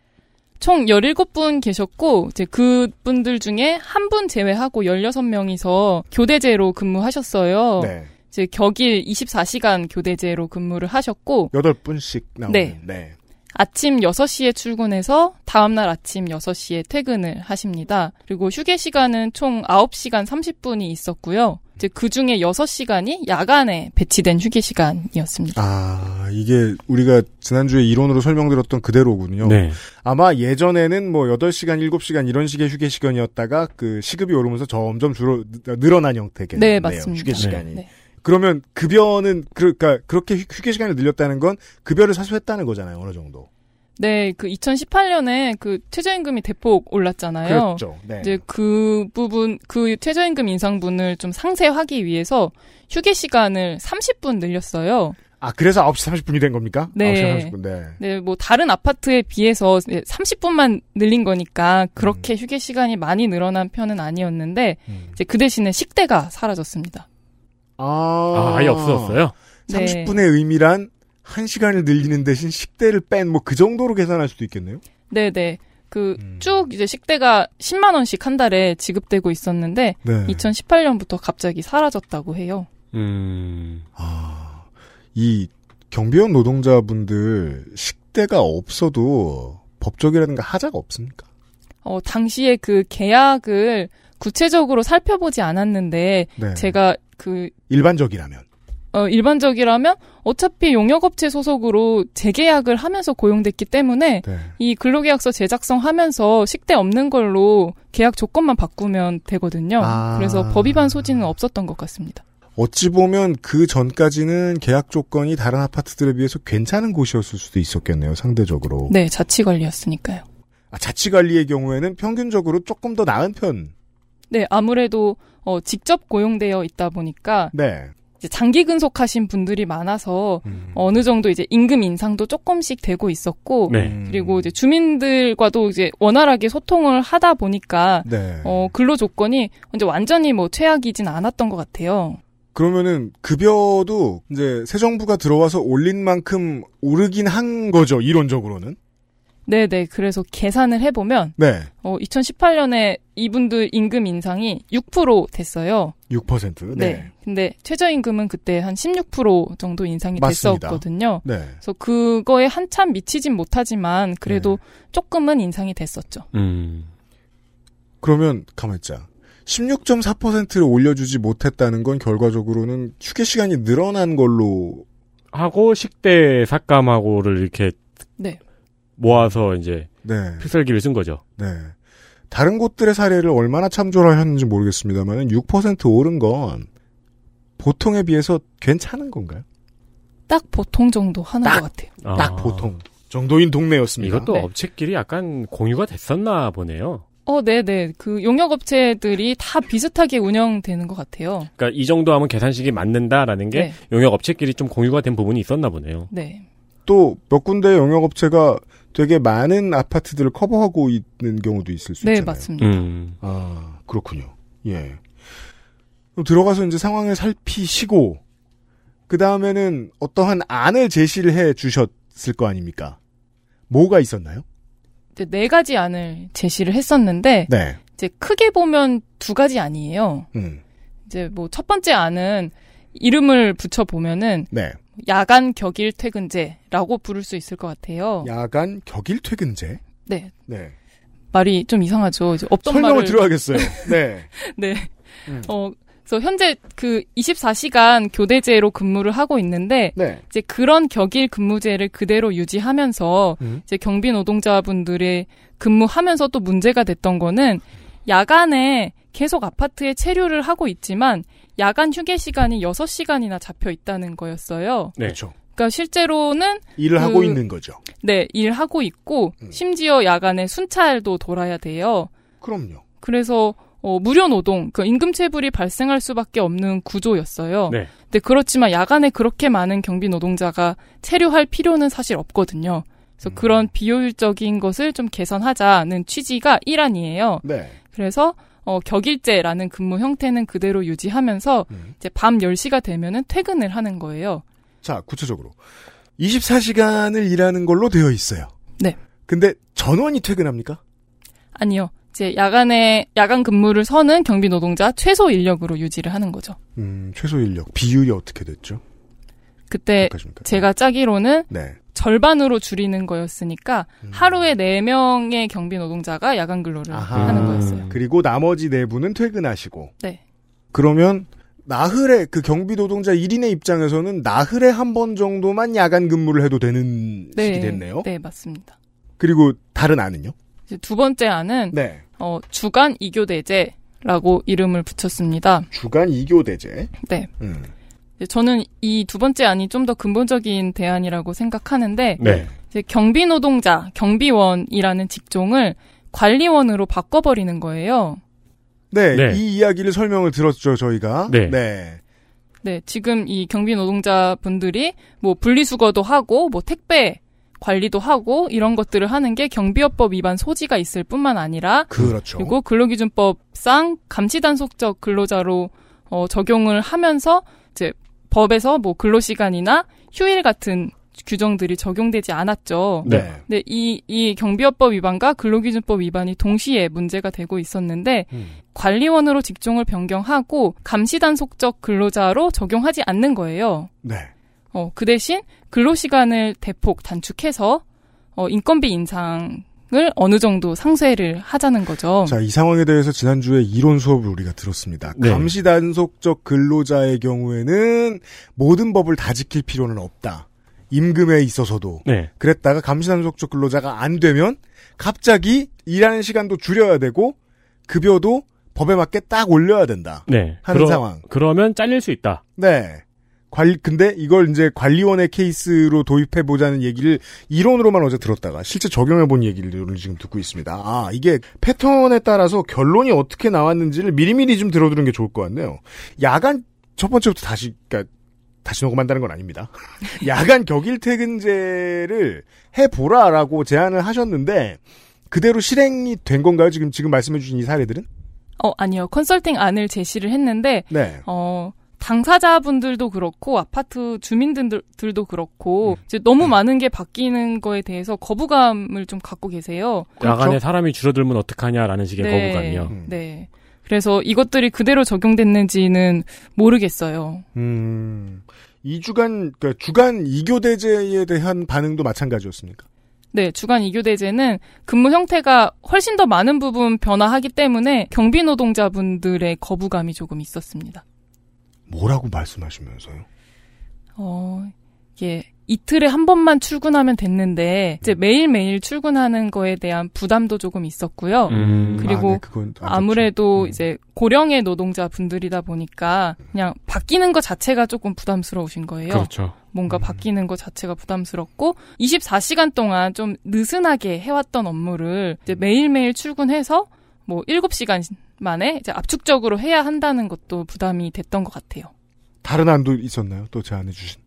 Speaker 13: 총 17분 계셨고 이제 그분들 중에 한 분 제외하고 16명이서 교대제로 근무하셨어요.
Speaker 2: 네.
Speaker 13: 이제 격일 24시간 교대제로 근무를 하셨고
Speaker 2: 8분씩 나오는
Speaker 13: 네.
Speaker 2: 네.
Speaker 13: 아침 6시에 출근해서 다음날 아침 6시에 퇴근을 하십니다. 그리고 휴게 시간은 총 9시간 30분이 있었고요. 이제 그 중에 6시간이 야간에 배치된 휴게 시간이었습니다.
Speaker 2: 아, 이게 우리가 지난주에 이론으로 설명드렸던 그대로군요.
Speaker 3: 네.
Speaker 2: 아마 예전에는 뭐 8시간, 7시간 이런 식의 휴게 시간이었다가 그 시급이 오르면서 점점 줄어 늘어난 형태겠네요.
Speaker 13: 네, 맞습니다.
Speaker 2: 휴게 시간이.
Speaker 13: 네.
Speaker 2: 그러면 급여는 그러니까 그렇게 휴- 휴게 시간을 늘렸다는 건 급여를 사수했다는 거잖아요, 어느 정도.
Speaker 13: 네, 그 2018년에 그 최저임금이 대폭 올랐잖아요.
Speaker 2: 그렇죠. 네.
Speaker 13: 이제 그 부분 그 최저임금 인상분을 좀 상쇄하기 위해서 휴게 시간을 30분 늘렸어요.
Speaker 2: 아, 그래서 9시 30분이 된 겁니까?
Speaker 13: 네.
Speaker 2: 9시 30분. 네.
Speaker 13: 네, 뭐 다른 아파트에 비해서 30분만 늘린 거니까
Speaker 2: 음.
Speaker 13: 그렇게 휴게 시간이 많이 늘어난 편은 아니었는데 이제 그 대신에 식대가 사라졌습니다.
Speaker 2: 아,
Speaker 3: 아, 아예 없어졌어요?
Speaker 13: 네.
Speaker 2: 30분의 의미란 1시간을 늘리는 대신 식대를 뺀 뭐 그 정도로 계산할 수도 있겠네요.
Speaker 13: 네, 네.
Speaker 2: 음.
Speaker 13: 그 쭉 이제 식대가 10만 원씩 한 달에 지급되고 있었는데
Speaker 2: 네.
Speaker 13: 2018년부터 갑자기 사라졌다고 해요.
Speaker 3: 음.
Speaker 2: 아, 이 경비원 노동자분들 식대가 없어도 법적이라든가 하자가 없습니까?
Speaker 13: 어, 당시에 그 계약을 구체적으로 살펴보지 않았는데
Speaker 2: 네.
Speaker 13: 제가 그
Speaker 2: 일반적이라면.
Speaker 13: 어, 일반적이라면 어차피 용역업체 소속으로 재계약을 하면서 고용됐기 때문에
Speaker 2: 네.
Speaker 13: 이 근로계약서 제작성하면서 식대 없는 걸로 계약 조건만 바꾸면 되거든요.
Speaker 2: 아.
Speaker 13: 그래서 법 위반 소지는 없었던 것 같습니다.
Speaker 2: 어찌 보면 그 전까지는 계약 조건이 다른 아파트들에 비해서 괜찮은 곳이었을 수도 있었겠네요, 상대적으로.
Speaker 13: 네, 자치 관리였으니까요.
Speaker 2: 아, 자치 관리의 경우에는 평균적으로 조금 더 나은 편.
Speaker 13: 네, 아무래도 어, 직접 고용되어 있다 보니까
Speaker 2: 네. 음.
Speaker 13: 이제 장기 근속하신 분들이 많아서 어느 정도 이제 임금 인상도 조금씩 되고 있었고
Speaker 3: 네.
Speaker 13: 그리고 이제 주민들과도 이제 원활하게 소통을 하다 보니까
Speaker 2: 네.
Speaker 13: 어, 근로 조건이 이제 완전히 뭐 최악이진 않았던 것 같아요.
Speaker 2: 그러면은 급여도 이제 새 정부가 들어와서 올린 만큼 오르긴 한 거죠, 이론적으로는.
Speaker 13: 네네. 그래서 계산을 해보면
Speaker 2: 네.
Speaker 13: 어, 2018년에 이분들 임금 인상이 6% 됐어요.
Speaker 2: 6%. 네.
Speaker 13: 근데 최저임금은 그때 한 16% 정도 인상이
Speaker 2: 맞습니다.
Speaker 13: 됐었거든요.
Speaker 2: 네.
Speaker 13: 그래서 그거에 한참 미치진 못하지만 그래도
Speaker 2: 네.
Speaker 13: 조금은 인상이 됐었죠.
Speaker 3: 음.
Speaker 2: 그러면 가만 있자. 16.4%를 올려주지 못했다는 건 결과적으로는 휴게 시간이 늘어난 걸로
Speaker 3: 하고 식대 삭감하고를 이렇게
Speaker 13: 네.
Speaker 3: 모아서 이제
Speaker 2: 네.
Speaker 3: 필살기를 쓴 거죠.
Speaker 2: 네. 다른 곳들의 사례를 얼마나 참조를 하셨는지 모르겠습니다만 6% 오른 건 보통에 비해서 괜찮은 건가요?
Speaker 13: 딱 보통 정도 하는 것 같아요.
Speaker 2: 딱 보통 정도인 동네였습니다.
Speaker 3: 이것도
Speaker 13: 네.
Speaker 3: 업체끼리 약간 공유가 됐었나 보네요.
Speaker 13: 어, 네네. 그 용역업체들이 다 비슷하게 운영되는 것 같아요.
Speaker 3: 그러니까 이 정도 하면 계산식이 맞는다라는 게
Speaker 13: 네.
Speaker 3: 용역 업체끼리 좀 공유가 된 부분이 있었나 보네요.
Speaker 13: 네.
Speaker 2: 또 몇 군데 영역업체가 되게 많은 아파트들을 커버하고 있는 경우도 있을 수
Speaker 13: 네,
Speaker 2: 있잖아요.
Speaker 3: 음.
Speaker 13: 맞습니다.
Speaker 2: 아 그렇군요. 예. 그럼 들어가서 이제 상황을 살피시고 그 다음에는 어떠한 안을 제시를 해 주셨을 거 아닙니까? 뭐가 있었나요?
Speaker 13: 이제 네 가지 안을 제시를 했었는데
Speaker 2: 네.
Speaker 13: 이제 크게 보면 두 가지 안이에요.
Speaker 2: 음.
Speaker 13: 이제 뭐 첫 번째 안은 이름을 붙여 보면은
Speaker 2: 네.
Speaker 13: 야간 격일 퇴근제라고 부를 수 있을 것 같아요.
Speaker 2: 야간 격일 퇴근제.
Speaker 13: 네.
Speaker 2: 네.
Speaker 13: 말이 좀 이상하죠. 이제 없던
Speaker 2: 설명을
Speaker 13: 말을
Speaker 2: 들어야겠어요.
Speaker 13: [laughs]
Speaker 2: 네.
Speaker 13: 네. 어, 그래서 현재 그 24시간 교대제로 근무를 하고 있는데
Speaker 2: 네.
Speaker 13: 이제 그런 격일 근무제를 그대로 유지하면서
Speaker 2: 음.
Speaker 13: 이제 경비 노동자분들의 근무하면서 또 문제가 됐던 거는 야간에 계속 아파트에 체류를 하고 있지만 야간 휴게 시간이 6시간이나 잡혀 있다는 거였어요.
Speaker 2: 그렇죠.
Speaker 13: 그러니까 실제로는
Speaker 2: 일을
Speaker 13: 그-
Speaker 2: 하고 있는 거죠.
Speaker 13: 네, 일하고 있고 심지어 야간에 순찰도 돌아야 돼요.
Speaker 2: 그럼요.
Speaker 13: 그래서 어, 무료 노동, 그 임금 체불이 발생할 수밖에 없는 구조였어요.
Speaker 3: 네.
Speaker 13: 근데 그렇지만 야간에 그렇게 많은 경비 노동자가 체류할 필요는 사실 없거든요. 그래서 그런 비효율적인 것을 좀 개선하자는 취지가 1안이에요.
Speaker 2: 네.
Speaker 13: 그래서 어, 격일제라는 근무 형태는 그대로 유지하면서
Speaker 2: 음.
Speaker 13: 이제 밤 10시가 되면은 퇴근을 하는 거예요.
Speaker 2: 자, 구체적으로 24시간을 일하는 걸로 되어 있어요.
Speaker 13: 네.
Speaker 2: 근데 전원이 퇴근합니까?
Speaker 13: 아니요. 이제 야간에 야간 근무를 서는 경비 노동자 최소 인력으로 유지를 하는 거죠.
Speaker 2: 음, 최소 인력 비율이 어떻게 됐죠?
Speaker 13: 그때 네,
Speaker 2: 그러니까
Speaker 13: 제가 짜기로는
Speaker 2: 네.
Speaker 13: 절반으로 줄이는 거였으니까
Speaker 2: 음.
Speaker 13: 하루에 네명의 경비 노동자가 야간 근로를 하는 거였어요.
Speaker 2: 그리고 나머지 네 분은 퇴근하시고.
Speaker 13: 네.
Speaker 2: 그러면 나흘에 그 경비 노동자 1인의 입장에서는 나흘에 한 번 정도만 야간 근무를 해도 되는 식이 됐네요.
Speaker 13: 네, 맞습니다.
Speaker 2: 그리고 다른 안은요?
Speaker 13: 이제 두 번째 안은
Speaker 2: 네.
Speaker 13: 어, 주간 이교대제라고 이름을 붙였습니다.
Speaker 2: 주간 이교대제.
Speaker 13: 네.
Speaker 2: 음.
Speaker 13: 이제 저는 이 두 번째 안이 좀 더 근본적인 대안이라고 생각하는데
Speaker 2: 네.
Speaker 13: 이제 경비 노동자, 경비원이라는 직종을 관리원으로 바꿔버리는 거예요.
Speaker 2: 네,
Speaker 3: 네.
Speaker 2: 이 이야기를 설명을 들었죠, 저희가.
Speaker 3: 네.
Speaker 2: 네.
Speaker 13: 네, 지금 이 경비 노동자분들이 뭐 분리수거도 하고 뭐 택배 관리도 하고 이런 것들을 하는 게 경비업법 위반 소지가 있을 뿐만 아니라
Speaker 2: 그렇죠.
Speaker 13: 그리고 근로기준법상 감시단속적 근로자로 어, 적용을 하면서 이제 법에서 뭐 근로시간이나 휴일 같은 규정들이 적용되지 않았죠.
Speaker 14: 네.
Speaker 13: 근데 이, 이 경비업법 위반과 근로기준법 위반이 동시에 문제가 되고 있었는데 관리원으로 직종을 변경하고 감시단속적 근로자로 적용하지 않는 거예요.
Speaker 2: 네.
Speaker 13: 어, 그 대신 근로시간을 대폭 단축해서 어, 인건비 인상을 어느 정도 상쇄를 하자는 거죠.
Speaker 2: 자, 이 상황에 대해서 지난주에 이론 수업을 우리가 들었습니다.
Speaker 3: 네.
Speaker 2: 감시단속적 근로자의 경우에는 모든 법을 다 지킬 필요는 없다. 임금에 있어서도.
Speaker 3: 네.
Speaker 2: 그랬다가 감시단속적 근로자가 안 되면 갑자기 일하는 시간도 줄여야 되고 급여도 법에 맞게 딱 올려야 된다.
Speaker 3: 네.
Speaker 2: 하는 상황.
Speaker 3: 그러면 잘릴 수 있다.
Speaker 2: 네. 관 근데 이걸 이제 관리원의 케이스로 도입해 보자는 얘기를 이론으로만 어제 들었다가 실제 적용해 본 얘기를 지금 듣고 있습니다. 아 이게 패턴에 따라서 결론이 어떻게 나왔는지를 미리미리 좀 들어두는 게 좋을 것 같네요. 야간 첫 번째부터 다시 그러니까 다시 녹음한다는 건 아닙니다. [laughs] 야간 격일 퇴근제를 해보라라고 제안을 하셨는데 그대로 실행이 된 건가요? 지금 지금 말씀해 주신 이 사례들은?
Speaker 13: 어, 아니요. 컨설팅 안을 제시를 했는데,
Speaker 2: 네.
Speaker 13: 어, 당사자분들도 그렇고, 아파트 주민들도 그렇고, 이제 너무 많은 게 바뀌는 거에 대해서 거부감을 좀 갖고 계세요.
Speaker 2: 그렇죠.
Speaker 3: 야간에 사람이 줄어들면 어떡하냐라는 식의 예, 거부감이요.
Speaker 14: 음.
Speaker 13: 네. 그래서 이것들이 그대로 적용됐는지는 모르겠어요.
Speaker 2: 음, 이 주간, 그러니까 주간 이교대제에 대한 반응도 마찬가지였습니까?
Speaker 13: 네, 주간 이교대제는 근무 형태가 훨씬 더 많은 부분 변화하기 때문에 경비 노동자분들의 거부감이 조금 있었습니다.
Speaker 2: 뭐라고 말씀하시면서요?
Speaker 13: 어, 이게 이틀에 한 번만 출근하면 됐는데 이제 매일매일 출근하는 거에 대한 부담도 조금 있었고요.
Speaker 14: 음, 아, 음.
Speaker 13: 그리고
Speaker 14: 네, 그건
Speaker 2: 그렇죠.
Speaker 14: 안
Speaker 13: 아무래도 이제 고령의 노동자 분들이다 보니까 그냥 바뀌는 것 자체가 조금 부담스러우신 거예요.
Speaker 3: 그렇죠.
Speaker 2: 음.
Speaker 13: 뭔가 바뀌는 것 자체가 부담스럽고 24시간 동안 좀 느슨하게 해왔던 업무를 이제 매일매일 출근해서 뭐 7시간 만에 이제 압축적으로 해야 한다는 것도 부담이 됐던 것 같아요.
Speaker 2: 다른 안도 있었나요? 또 제안해 주신.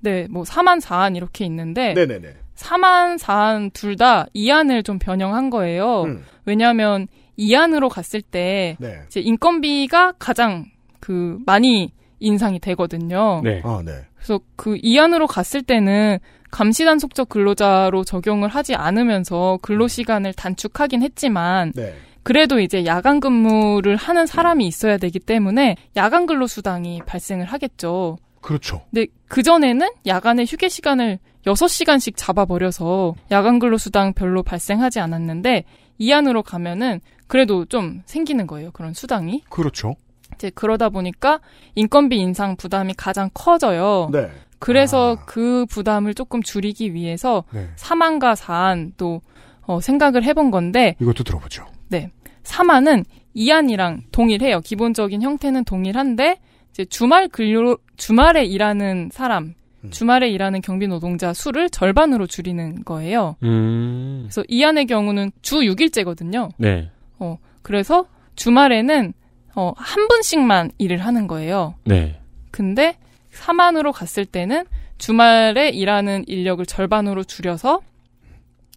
Speaker 13: 네, 뭐 4만 4안 이렇게 있는데
Speaker 2: 네네네.
Speaker 13: 4만 4안 둘 다 2안을 좀 변형한 거예요. 왜냐하면 2안으로 갔을 때
Speaker 2: 음. 네.
Speaker 13: 이제 인건비가 가장 그 많이 인상이 되거든요.
Speaker 2: 아, 네.
Speaker 13: 그래서 그 2안으로 갔을 때는 감시단속적 근로자로 적용을 하지 않으면서 근로시간을 단축하긴 했지만
Speaker 2: 네.
Speaker 13: 그래도 이제 야간 근무를 하는 사람이 있어야 되기 때문에 야간 근로수당이 발생을 하겠죠.
Speaker 2: 그렇죠.
Speaker 13: 근데 그전에는 야간에 휴게 시간을 6시간씩 잡아버려서 야간 근로수당 별로 발생하지 않았는데 이 안으로 가면은 그래도 좀 생기는 거예요. 그런 수당이.
Speaker 2: 그렇죠.
Speaker 13: 이제 그러다 보니까 인건비 인상 부담이 가장 커져요.
Speaker 2: 네.
Speaker 13: 그래서 그 부담을 조금 줄이기 위해서
Speaker 2: 네.
Speaker 13: 사만과 사안도 어, 생각을 해본 건데
Speaker 2: 이것도 들어보죠.
Speaker 13: 네. 3안은 2안이랑 동일해요. 기본적인 형태는 동일한데 이제 주말 근로 주말에 일하는 사람, 주말에 일하는 경비 노동자 수를 절반으로 줄이는 거예요.
Speaker 3: 음.
Speaker 13: 그래서 2안의 경우는 주 6일제거든요.
Speaker 3: 네.
Speaker 13: 어, 그래서 주말에는 어, 한 분씩만 일을 하는 거예요.
Speaker 3: 네.
Speaker 13: 근데 4만으로 갔을 때는 주말에 일하는 인력을 절반으로 줄여서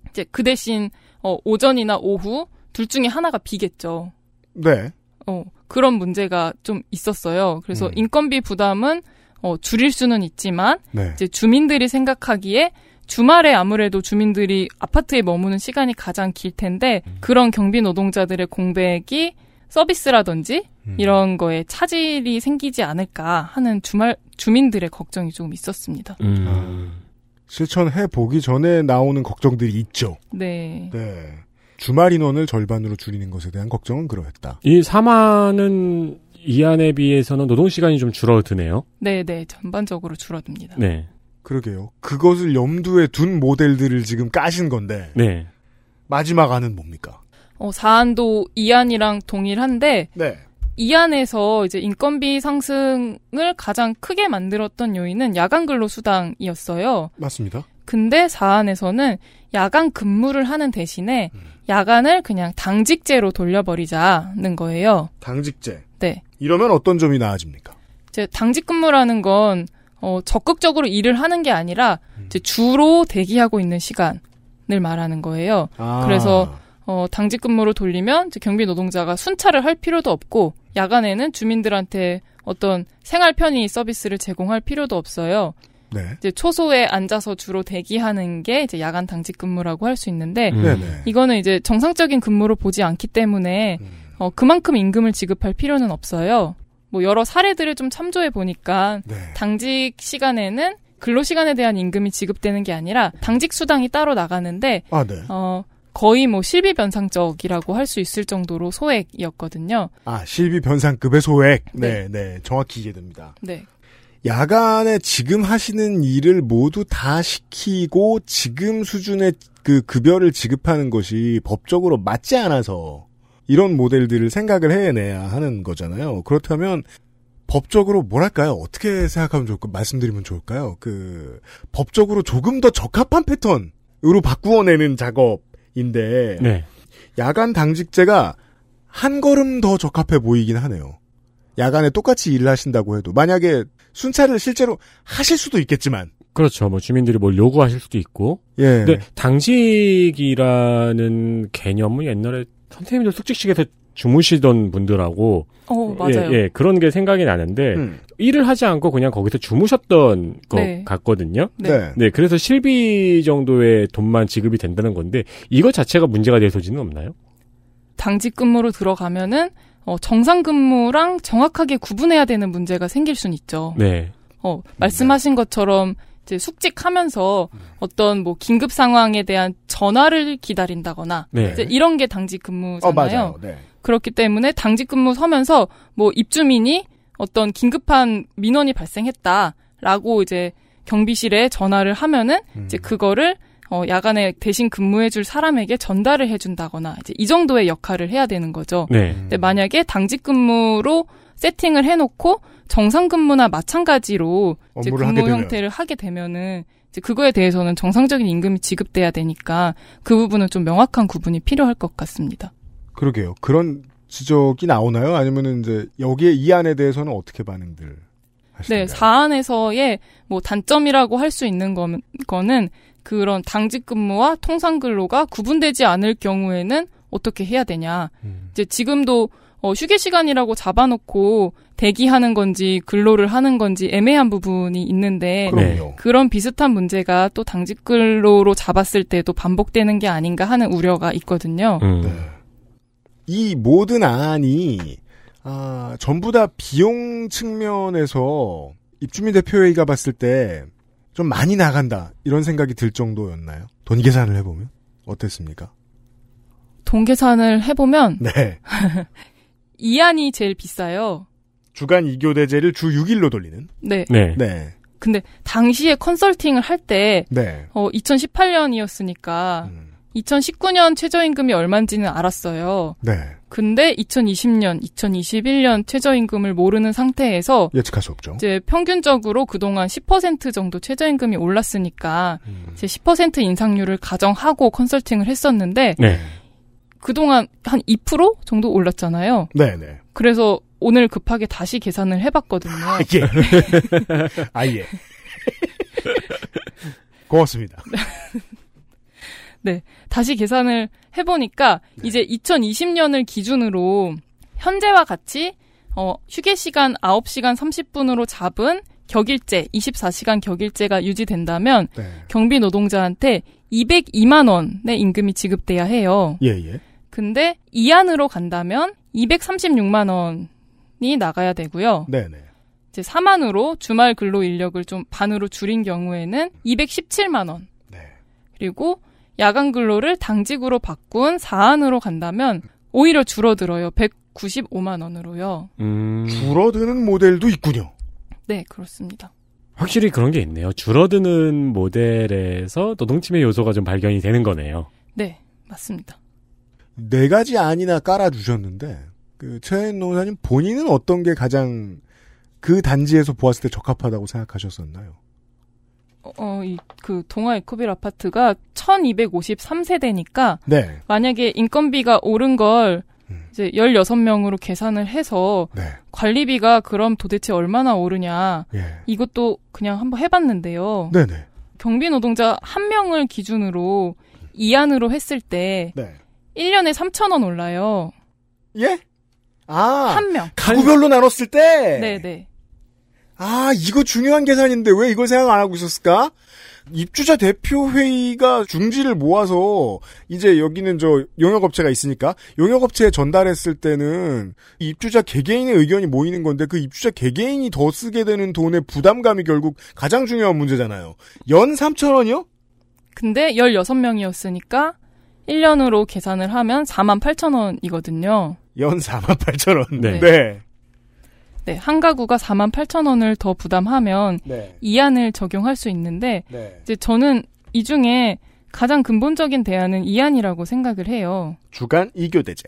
Speaker 13: 이제 그 대신 어, 오전이나 오후 둘 중에 하나가 비겠죠.
Speaker 2: 네.
Speaker 13: 어, 그런 문제가 좀 있었어요. 그래서
Speaker 2: 음.
Speaker 13: 인건비 부담은 어, 줄일 수는 있지만
Speaker 2: 네.
Speaker 13: 이제 주민들이 생각하기에 주말에 아무래도 주민들이 아파트에 머무는 시간이 가장 길 텐데
Speaker 2: 음.
Speaker 13: 그런 경비 노동자들의 공백이 서비스라든지
Speaker 2: 음.
Speaker 13: 이런 거에 차질이 생기지 않을까 하는 주말 주민들의 걱정이 조금 있었습니다.
Speaker 3: 음.
Speaker 2: 아. 실천해 보기 전에 나오는 걱정들이 있죠.
Speaker 13: 네.
Speaker 2: 네. 주말 인원을 절반으로 줄이는 것에 대한 걱정은 그러했다.
Speaker 3: 이 3안은 이 안에 비해서는 노동 시간이 좀 줄어드네요.
Speaker 13: 네, 네. 전반적으로 줄어듭니다.
Speaker 3: 네.
Speaker 2: 그러게요. 그것을 염두에 둔 모델들을 지금 까신 건데
Speaker 3: 네.
Speaker 2: 마지막 안은 뭡니까?
Speaker 13: 어, 사안도 이안이랑 동일한데
Speaker 2: 네.
Speaker 13: 이안에서 이제 인건비 상승을 가장 크게 만들었던 요인은 야간 근로 수당이었어요.
Speaker 2: 맞습니다.
Speaker 13: 근데 사안에서는 야간 근무를 하는 대신에 야간을 그냥 당직제로 돌려버리자는 거예요.
Speaker 2: 당직제.
Speaker 13: 네.
Speaker 2: 이러면 어떤 점이 나아집니까?
Speaker 13: 이제 당직 근무라는 건 어, 적극적으로 일을 하는 게 아니라 이제 주로 대기하고 있는 시간을 말하는 거예요.
Speaker 14: 아.
Speaker 13: 그래서 어, 당직 근무로 돌리면 이제 경비 노동자가 순찰을 할 필요도 없고 야간에는 주민들한테 어떤 생활 편의 서비스를 제공할 필요도 없어요.
Speaker 2: 네.
Speaker 13: 이제 초소에 앉아서 주로 대기하는 게 이제 야간 당직 근무라고 할 수 있는데
Speaker 2: 음. 네네.
Speaker 13: 이거는 이제 정상적인 근무로 보지 않기 때문에
Speaker 2: 음.
Speaker 13: 어, 그만큼 임금을 지급할 필요는 없어요. 뭐 여러 사례들을 좀 참조해 보니까
Speaker 2: 네.
Speaker 13: 당직 시간에는 근로 시간에 대한 임금이 지급되는 게 아니라 당직 수당이 따로 나가는데
Speaker 2: 아, 네.
Speaker 13: 어, 거의 뭐 실비 변상적이라고 할 수 있을 정도로 소액이었거든요.
Speaker 2: 아, 실비 변상급의 소액. 네, 네. 정확히 이해됩니다.
Speaker 13: 네.
Speaker 2: 야간에 지금 하시는 일을 모두 다 시키고 지금 수준의 그 급여를 지급하는 것이 법적으로 맞지 않아서 이런 모델들을 생각을 해내야 하는 거잖아요. 그렇다면 법적으로 뭐랄까요? 어떻게 생각하면 좋을까? 말씀드리면 좋을까요? 그 법적으로 조금 더 적합한 패턴으로 바꾸어내는 작업인데
Speaker 3: 네.
Speaker 2: 야간 당직제가 한 걸음 더 적합해 보이긴 하네요. 야간에 똑같이 일을 하신다고 해도 만약에 순찰을 실제로 하실 수도 있겠지만
Speaker 3: 그렇죠. 뭐 주민들이 뭘 요구하실 수도 있고.
Speaker 2: 예.
Speaker 3: 근데 당직이라는 개념은 옛날에 선생님들 숙직식에서 주무시던 분들하고
Speaker 13: 어, 맞아요.
Speaker 3: 예, 예, 그런 게 생각이
Speaker 2: 네.
Speaker 3: 나는데
Speaker 2: 음.
Speaker 3: 일을 하지 않고 그냥 거기서 주무셨던 것
Speaker 13: 네.
Speaker 3: 같거든요.
Speaker 13: 네.
Speaker 3: 그래서 실비 정도의 돈만 지급이 된다는 건데 이거 자체가 문제가 될 소지는 없나요?
Speaker 13: 당직 근무로 들어가면은 어, 정상 근무랑 정확하게 구분해야 되는 문제가 생길 순 있죠.
Speaker 3: 네.
Speaker 13: 어, 말씀하신 것처럼 이제 숙직하면서 어떤 뭐 긴급 상황에 대한 전화를 기다린다거나
Speaker 3: 네.
Speaker 13: 이제 이런 게 당직
Speaker 2: 어
Speaker 13: 근무잖아요.
Speaker 2: 맞아요. 네.
Speaker 13: 그렇기 때문에 당직 근무 서면서 뭐 입주민이 어떤 긴급한 민원이 발생했다라고 이제 경비실에 전화를 하면은
Speaker 3: 음.
Speaker 13: 음. 이제 그거를 어 야간에 대신 근무해줄 사람에게 전달을 해준다거나 이제 이 정도의 역할을 해야 되는 거죠.
Speaker 2: 음.
Speaker 3: 네.
Speaker 13: 근데 만약에 당직 근무로 세팅을 해놓고 정상 근무나 마찬가지로 이제
Speaker 3: 업무를
Speaker 13: 근무
Speaker 3: 하게 되면.
Speaker 13: 형태를 하게 되면은 이제 그거에 대해서는 정상적인 임금이 지급돼야 되니까 그 부분은 좀 명확한 구분이 필요할 것 같습니다.
Speaker 2: 그러게요. 그런 지적이 나오나요? 아니면은 이제 여기에 이 안에 대해서는 어떻게 반응들?
Speaker 13: 네, 사안에서의 뭐 단점이라고 할 수 있는 거, 거는 그런 당직 근무와 통상 근로가 구분되지 않을 경우에는 어떻게 해야 되냐.
Speaker 3: 음.
Speaker 13: 이제 지금도 어, 휴게 시간이라고 잡아놓고 대기하는 건지 근로를 하는 건지 애매한 부분이 있는데
Speaker 2: 네.
Speaker 3: 그럼요.
Speaker 13: 그런 비슷한 문제가 또 당직 근로로 잡았을 때도 반복되는 게 아닌가 하는 우려가 있거든요.
Speaker 3: 음.
Speaker 2: 이 모든 안이 아, 전부 다 비용 측면에서 입주민 대표회의가 봤을 때 좀 많이 나간다 이런 생각이 들 정도였나요? 돈 계산을 해보면 어땠습니까?
Speaker 13: 돈 계산을 해보면
Speaker 2: 네,
Speaker 13: 이안이 제일 비싸요.
Speaker 2: 주간 이교 대제를 주 6일로 돌리는.
Speaker 13: 네.
Speaker 3: 네.
Speaker 2: 네.
Speaker 13: 근데 당시에 컨설팅을 할때
Speaker 2: 네.
Speaker 13: 어, 2018년이었으니까
Speaker 2: 음.
Speaker 13: 2019년 최저임금이 얼마인지는 알았어요.
Speaker 2: 네.
Speaker 13: 근데 2020년, 2021년 최저임금을 모르는 상태에서
Speaker 2: 예측할 수 없죠.
Speaker 13: 이제 평균적으로 그동안 10% 정도 최저임금이 올랐으니까
Speaker 2: 음.
Speaker 13: 이제 10% 인상률을 가정하고 컨설팅을 했었는데
Speaker 3: 네.
Speaker 13: 그동안 한 2% 정도 올랐잖아요.
Speaker 2: 네, 네.
Speaker 13: 그래서 오늘 급하게 다시 계산을 해봤거든요.
Speaker 2: 예. 아, 예. [laughs] 고맙습니다.
Speaker 13: 네. 다시 계산을 해보니까 이제 2020년을 기준으로 현재와 같이 어, 휴게 시간 9시간 30분으로 잡은 격일제, 24시간 격일제가 유지된다면
Speaker 2: 네.
Speaker 13: 경비 노동자한테 202만 원의 임금이 지급돼야 해요.
Speaker 2: 예, 예.
Speaker 13: 근데 이안으로 간다면 236만 원이 나가야 되고요.
Speaker 2: 네, 네.
Speaker 13: 이제 4만으로 주말 근로 인력을 좀 반으로 줄인 경우에는 217만 원. 그리고 야간 근로를 당직으로 바꾼 4안으로 간다면 오히려 줄어들어요. 195만 원으로요.
Speaker 3: 음.
Speaker 2: 줄어드는 모델도 있군요.
Speaker 13: 네, 그렇습니다.
Speaker 3: 확실히 그런 게 있네요. 줄어드는 모델에서 노동침해 요소가 좀 발견이 되는 거네요.
Speaker 13: 네, 맞습니다.
Speaker 2: 네 가지 안이나 깔아주셨는데, 그, 최현 노사님 본인은 어떤 게 가장 그 단지에서 보았을 때 적합하다고 생각하셨었나요?
Speaker 13: 어, 이 그 동아 에코빌 아파트가 1253세대니까
Speaker 2: 네.
Speaker 13: 만약에 인건비가 오른 걸 이제 16명으로 계산을 해서
Speaker 2: 네. 어?
Speaker 13: 관리비가 그럼 도대체 얼마나 오르냐 이것도 그냥 한번 해봤는데요.
Speaker 2: 예. 네네.
Speaker 13: 경비 노동자 한 명을 기준으로 이안으로 했을 때
Speaker 2: 네.
Speaker 13: 1년에 3천 원 올라요.
Speaker 2: 예? 아. 네.
Speaker 13: 한 명.
Speaker 2: 가구별로 나눴을 때?
Speaker 13: 네, 네.
Speaker 2: 아, 이거 중요한 계산인데 왜 이걸 생각 안 하고 있었을까? 입주자 대표회의가 중지를 모아서 이제 여기는 저 용역업체가 있으니까 용역업체에 전달했을 때는 입주자 개개인의 의견이 모이는 건데 그 입주자 개개인이 더 쓰게 되는 돈의 부담감이 결국 가장 중요한 문제잖아요. 연 3천 원이요?
Speaker 13: 근데 16명이었으니까 1년으로 계산을 하면 4만 8천 원이거든요.
Speaker 2: 연 4만 8천 원.
Speaker 13: 네.
Speaker 2: 네.
Speaker 13: 네, 한 가구가 4만 8천 원을 더 부담하면
Speaker 2: 네.
Speaker 13: 이안을 적용할 수 있는데
Speaker 2: 네.
Speaker 13: 이제 저는 이 중에 가장 근본적인 대안은 이안이라고 생각을 해요.
Speaker 2: 주간 이교대제.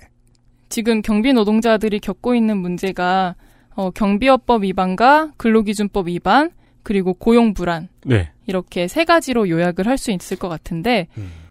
Speaker 13: 지금 경비 노동자들이 겪고 있는 문제가 어, 경비업법 위반과 근로기준법 위반 그리고 고용 불안
Speaker 3: 네.
Speaker 13: 이렇게 세 가지로 요약을 할 수 있을 것 같은데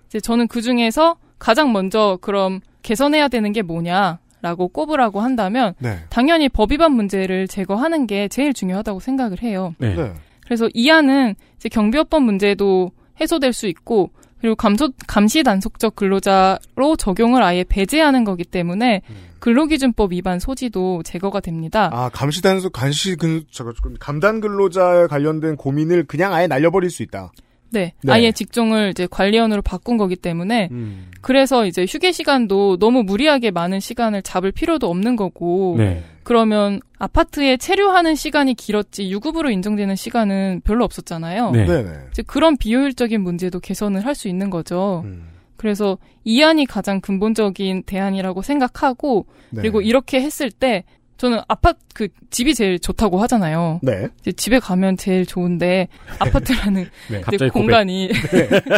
Speaker 13: 이제 저는 그 중에서 가장 먼저 그럼 개선해야 되는 게 뭐냐라고 꼽으라고 한다면
Speaker 2: 네.
Speaker 13: 당연히 법 위반 문제를 제거하는 게 제일 중요하다고 생각을 해요.
Speaker 3: 네.
Speaker 13: 그래서 이안은 이제 경비업법 문제도 해소될 수 있고 그리고 감소, 감시 단속적 근로자로 적용을 아예 배제하는 거기 때문에 근로기준법 위반 소지도 제거가 됩니다.
Speaker 2: 아, 감시단속, 간시, 근, 잠깐, 잠깐, 감단 근로자에 관련된 고민을 그냥 아예 날려버릴 수 있다.
Speaker 13: 네,
Speaker 2: 네.
Speaker 13: 아예 직종을 이제 관리원으로 바꾼 거기 때문에
Speaker 2: 음.
Speaker 13: 그래서 이제 휴게 시간도 너무 무리하게 많은 시간을 잡을 필요도 없는 거고
Speaker 3: 네.
Speaker 13: 그러면 아파트에 체류하는 시간이 길었지 유급으로 인정되는 시간은 별로 없었잖아요.
Speaker 3: 네.
Speaker 2: 네네.
Speaker 13: 이제 그런 비효율적인 문제도 개선을 할 수 있는 거죠.
Speaker 2: 음.
Speaker 13: 그래서 이안이 가장 근본적인 대안이라고 생각하고
Speaker 14: 네.
Speaker 13: 그리고 이렇게 했을 때 저는 아파트 그 집이 제일 좋다고 하잖아요.
Speaker 2: 네.
Speaker 13: 이제 집에 가면 제일 좋은데
Speaker 3: [laughs]
Speaker 13: 아파트라는
Speaker 3: 네.
Speaker 13: 이제
Speaker 3: 갑자기 고백. 네.
Speaker 13: 공간이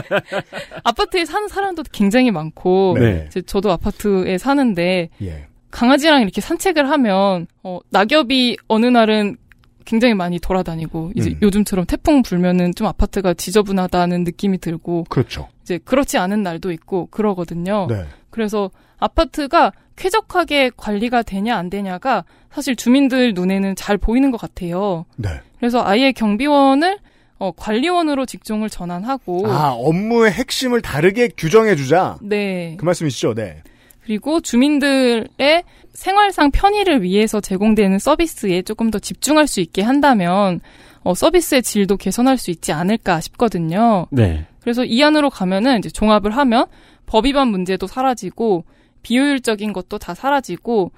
Speaker 13: [laughs] 아파트에 사는 사람도 굉장히 많고
Speaker 3: 네.
Speaker 13: 이제 저도 아파트에 사는데
Speaker 2: 예.
Speaker 13: 강아지랑 이렇게 산책을 하면 어, 낙엽이 어느 날은 굉장히 많이 돌아다니고 이제
Speaker 2: 음.
Speaker 13: 요즘처럼 태풍 불면은 좀 아파트가 지저분하다는 느낌이 들고
Speaker 2: 그렇죠.
Speaker 13: 이제 그렇지 않은 날도 있고 그러거든요.
Speaker 2: 네.
Speaker 13: 그래서 아파트가 쾌적하게 관리가 되냐 안 되냐가 사실 주민들 눈에는 잘 보이는 것 같아요.
Speaker 2: 네.
Speaker 13: 그래서 아예 경비원을 어, 관리원으로 직종을 전환하고
Speaker 2: 아, 업무의 핵심을 다르게 규정해주자.
Speaker 13: 네.
Speaker 2: 그 말씀이시죠? 네.
Speaker 13: 그리고 주민들의 생활상 편의를 위해서 제공되는 서비스에 조금 더 집중할 수 있게 한다면 어, 서비스의 질도 개선할 수 있지 않을까 싶거든요.
Speaker 3: 네.
Speaker 13: 그래서 이 안으로 가면은 이제 종합을 하면 법 위반 문제도 사라지고 비효율적인 것도 다 사라지고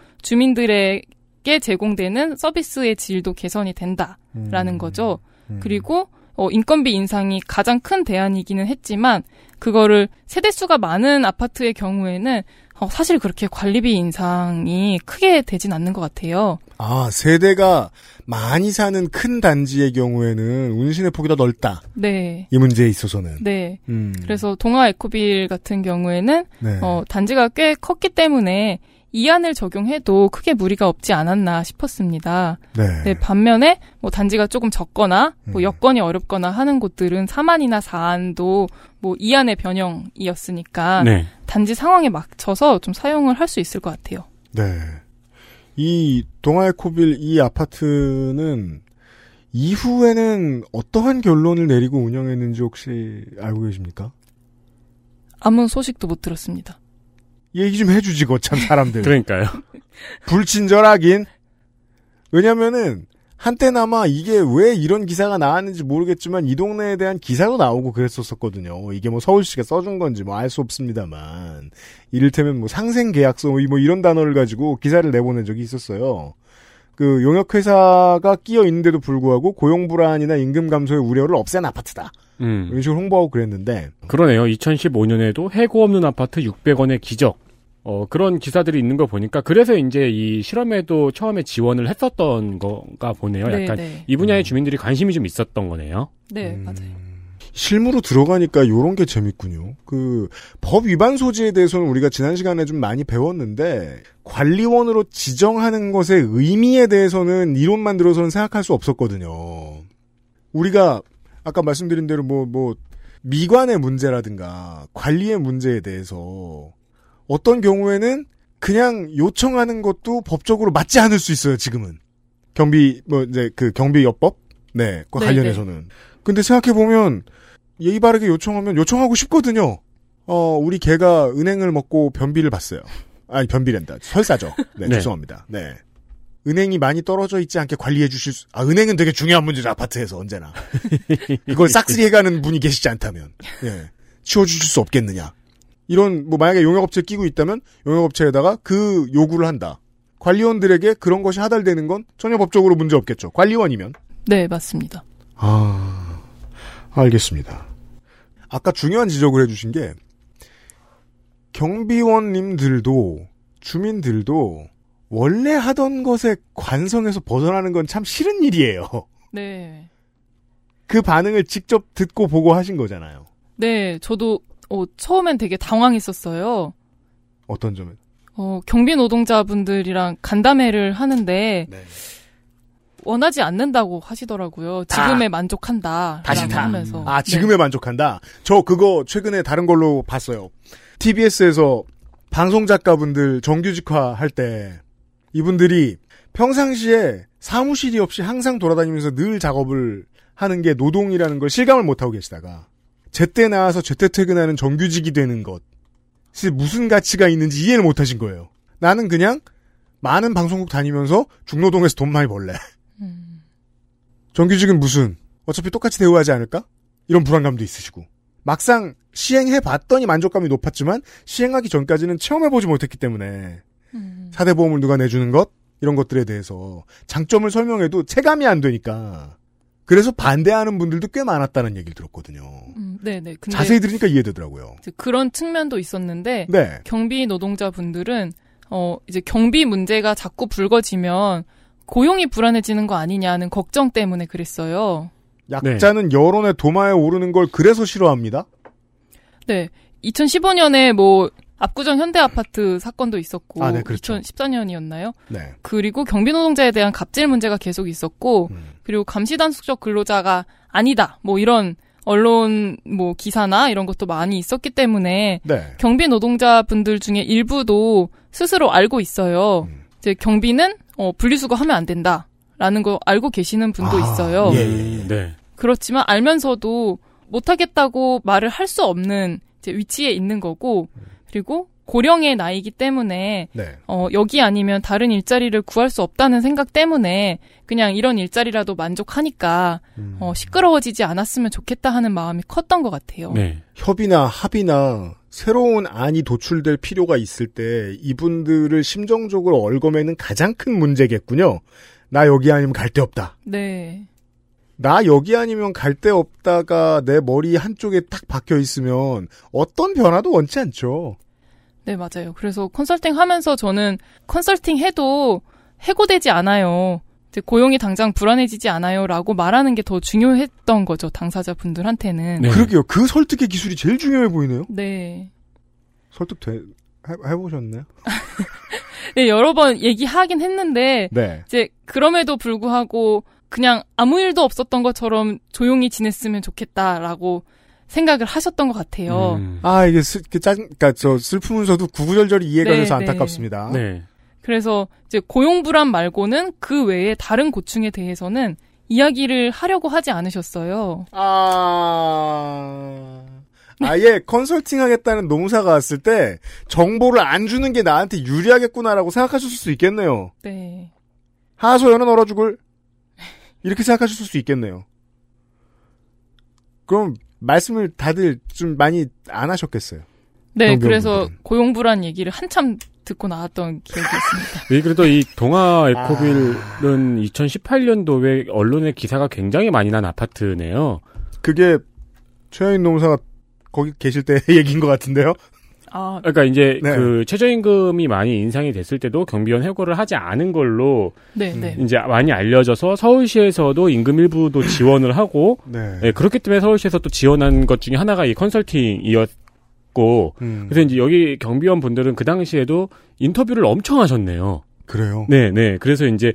Speaker 13: 주민들에게 제공되는 서비스의 질도 개선이 된다라는
Speaker 2: 음.
Speaker 13: 거죠. 그리고 어, 인건비 인상이 가장 큰 대안이기는 했지만 그거를 세대수가 많은 아파트의 경우에는 어, 사실 그렇게 관리비 인상이 크게 되진 않는 것 같아요.
Speaker 2: 아, 세대가 많이 사는 큰 단지의 경우에는 운신의 폭이 더 넓다.
Speaker 13: 네.
Speaker 2: 이 문제에 있어서는.
Speaker 13: 네.
Speaker 2: 음.
Speaker 13: 그래서 동아 에코빌 같은 경우에는
Speaker 2: 네.
Speaker 13: 어, 단지가 꽤 컸기 때문에 이안을 적용해도 크게 무리가 없지 않았나 싶었습니다.
Speaker 2: 네. 음.
Speaker 13: 네, 반면에 뭐 단지가 조금 적거나 뭐 여건이 어렵거나 하는 곳들은 3안이나 4안도 뭐 2안의 변형이었으니까
Speaker 2: 네.
Speaker 13: 단지 상황에 맞춰서 좀 사용을 할 수 있을 것 같아요.
Speaker 2: 네. 이 동아의 코빌 이 아파트는 이후에는 어떠한 결론을 내리고 운영했는지 혹시 알고 계십니까?
Speaker 13: 아무 소식도 못 들었습니다.
Speaker 2: 얘기 좀 해주지, 거참 사람들.
Speaker 3: [laughs] 그러니까요.
Speaker 2: 불친절하긴. 왜냐면은, 한때나마 이게 왜 이런 기사가 나왔는지 모르겠지만, 이 동네에 대한 기사도 나오고 그랬었었거든요. 이게 뭐 서울시가 써준 건지 뭐 알 수 없습니다만. 이를테면 뭐 상생계약서 뭐 이런 단어를 가지고 기사를 내보낸 적이 있었어요. 그 용역회사가 끼어 있는데도 불구하고 고용불안이나 임금 감소의 우려를 없앤 아파트다.
Speaker 3: 음.
Speaker 2: 이런 식으로 홍보하고 그랬는데,
Speaker 3: 그러네요. 2015년에도 해고 없는 아파트 600원의 기적. 어, 그런 기사들이 있는 걸 보니까, 그래서 이제 이 실험에도 처음에 지원을 했었던 건가 보네요.
Speaker 13: 네,
Speaker 3: 약간
Speaker 13: 네.
Speaker 3: 이 분야의 주민들이 관심이 좀 있었던 거네요.
Speaker 13: 네,
Speaker 2: 음.
Speaker 13: 맞아요.
Speaker 2: 실무로 들어가니까 요런 게 재밌군요. 그, 법 위반 소지에 대해서는 우리가 지난 시간에 좀 많이 배웠는데, 관리원으로 지정하는 것의 의미에 대해서는 이론만 들어서는 생각할 수 없었거든요. 우리가 아까 말씀드린 대로 뭐, 뭐, 미관의 문제라든가 관리의 문제에 대해서 어떤 경우에는 그냥 요청하는 것도 법적으로 맞지 않을 수 있어요, 지금은. 경비, 뭐, 이제 그 경비여법? 네, 그
Speaker 15: 네,
Speaker 2: 관련해서는. 근데 생각해보면 예의 바르게 요청하면 요청하고 싶거든요. 어, 우리 개가 은행을 먹고 변비를 봤어요. 아니, 변비란다. 설사죠. 네,
Speaker 3: 네.
Speaker 2: 죄송합니다. 네. 은행이 많이 떨어져 있지 않게 관리해 주실 수, 아, 은행은 되게 중요한 문제죠, 아파트에서 언제나. 그걸 싹쓸이 해가는 분이 계시지 않다면. 예. 치워주실 수 없겠느냐. 이런, 뭐, 만약에 용역업체 끼고 있다면, 용역업체에다가 그 요구를 한다. 관리원들에게 그런 것이 하달되는 건 전혀 법적으로 문제 없겠죠. 관리원이면.
Speaker 13: 네, 맞습니다.
Speaker 2: 아, 알겠습니다. 아까 중요한 지적을 해주신 게, 경비원님들도, 주민들도, 원래 하던 것에 관성에서 벗어나는 건 참 싫은 일이에요.
Speaker 13: 네.
Speaker 2: 그 반응을 직접 듣고 보고 하신 거잖아요.
Speaker 13: 네, 저도 어, 처음엔 되게 당황했었어요.
Speaker 2: 어떤 점에?
Speaker 13: 어, 경비 노동자분들이랑 간담회를 하는데
Speaker 2: 네.
Speaker 13: 원하지 않는다고 하시더라고요.
Speaker 2: 다.
Speaker 13: 지금에 만족한다.
Speaker 2: 다
Speaker 13: 라고
Speaker 2: 싫다.
Speaker 13: 하면서.
Speaker 2: 아, 지금에 만족한다? 저 그거 최근에 다른 걸로 봤어요. TBS에서 방송작가분들 정규직화 할 때 이분들이 평상시에 사무실이 없이 항상 돌아다니면서 늘 작업을 하는 게 노동이라는 걸 실감을 못하고 계시다가 제때 나와서 제때 퇴근하는 정규직이 되는 것이 무슨 가치가 있는지 이해를 못하신 거예요. 나는 그냥 많은 방송국 다니면서 중노동에서 돈 많이 벌래.
Speaker 13: 네. 음.
Speaker 2: 정규직은 무슨 어차피 똑같이 대우하지 않을까? 이런 불안감도 있으시고 막상 시행해 봤더니 만족감이 높았지만 시행하기 전까지는 체험해 보지 못했기 때문에
Speaker 13: 음.
Speaker 2: 사대 보험을 누가 내주는 것 이런 것들에 대해서 장점을 설명해도 체감이 안 되니까 그래서 반대하는 분들도 꽤 많았다는 얘기를 들었거든요.
Speaker 13: 음, 네, 네. 근데
Speaker 2: 자세히 들으니까 이해되더라고요.
Speaker 13: 이제 그런 측면도 있었는데
Speaker 2: 네.
Speaker 13: 경비 노동자분들은 어 이제 경비 문제가 자꾸 불거지면 고용이 불안해지는 거 아니냐는 걱정 때문에 그랬어요.
Speaker 2: 약자는 여론의 도마에 오르는 걸 그래서 싫어합니다.
Speaker 13: 네. 2015년에 뭐 압구정 현대 아파트 사건도 있었고
Speaker 2: 아, 네, 그렇죠.
Speaker 13: 2014년이었나요?
Speaker 2: 네.
Speaker 13: 그리고 경비 노동자에 대한 갑질 문제가 계속 있었고 그리고 감시 단속적 근로자가 아니다. 뭐 이런 언론 뭐 기사나 이런 것도 많이 있었기 때문에
Speaker 2: 네.
Speaker 13: 경비 노동자분들 중에 일부도 스스로 알고 있어요. 이제 경비는 어, 분리수거하면 안 된다라는 거 알고 계시는 분도 있어요.
Speaker 3: 네.
Speaker 13: 그렇지만 알면서도 못하겠다고 말을 할 수 없는 이제 위치에 있는 거고 그리고 고령의 나이기 때문에
Speaker 2: 네.
Speaker 13: 어, 여기 아니면 다른 일자리를 구할 수 없다는 생각 때문에 그냥 이런 일자리라도 만족하니까 어, 시끄러워지지 않았으면 좋겠다 하는 마음이 컸던 것 같아요.
Speaker 3: 네.
Speaker 2: 협의나 합의나 새로운 안이 도출될 필요가 있을 때 이분들을 심정적으로 얽어매는 가장 큰 문제겠군요. 나 여기 아니면 갈 데 없다.
Speaker 13: 네.
Speaker 2: 나 여기 아니면 갈 데 없다가 내 머리 한쪽에 딱 박혀 있으면 어떤 변화도 원치 않죠.
Speaker 13: 네, 맞아요. 그래서 컨설팅 하면서 저는 컨설팅 해도 해고되지 않아요. 이제 고용이 당장 불안해지지 않아요. 라고 말하는 게 더 중요했던 거죠. 당사자분들한테는.
Speaker 2: 그러게요. 그 설득의 기술이 제일 중요해 보이네요.
Speaker 13: 네.
Speaker 2: 설득 돼, 해, 해보셨나요?
Speaker 13: 네, 여러 번 얘기하긴 했는데,
Speaker 2: 네.
Speaker 13: 이제 그럼에도 불구하고 그냥 아무 일도 없었던 것처럼 조용히 지냈으면 좋겠다라고 생각을 하셨던 것 같아요.
Speaker 3: 음.
Speaker 2: 아, 이게 슬, 그 짠, 그니까 저 슬프면서도 구구절절히 이해가
Speaker 13: 네,
Speaker 2: 돼서
Speaker 13: 네.
Speaker 2: 안타깝습니다.
Speaker 13: 그래서 이제 고용 불안 말고는 그 외에 다른 고충에 대해서는 이야기를 하려고 하지 않으셨어요.
Speaker 2: 아. 아예 컨설팅 하겠다는 농사가 왔을 때 정보를 안 주는 게 나한테 유리하겠구나라고 생각하셨을 수 있겠네요.
Speaker 13: 네.
Speaker 2: 하소연은 얼어 죽을 이렇게 생각하셨을 수 있겠네요. 그럼 말씀을 다들 좀 많이 안 하셨겠어요.
Speaker 13: 네,
Speaker 3: 그런
Speaker 13: 그래서 고용 불안 얘기를 한참 듣고 나왔던 기억이 있습니다.
Speaker 3: 예, 그래도 이 동아 에코빌은 2018년도에 언론의 기사가 굉장히 많이 난 아파트네요.
Speaker 2: 그게 최하인 노무사가 거기 계실 때 [laughs] 얘기인 것 같은데요.
Speaker 13: 아,
Speaker 3: 그러니까 이제 그 최저임금이 많이 인상이 됐을 때도 경비원 해고를 하지 않은 걸로
Speaker 13: 네, 네.
Speaker 3: 이제 많이 알려져서 서울시에서도 임금 일부도 지원을 하고
Speaker 2: 네.
Speaker 3: 예, 그렇기 때문에 서울시에서 또 지원한 것 중에 하나가 이 컨설팅이었고 그래서 이제 여기 경비원 분들은 그 당시에도 인터뷰를 엄청 하셨네요.
Speaker 2: 그래요.
Speaker 3: [laughs] 네, 네. 그래서 이제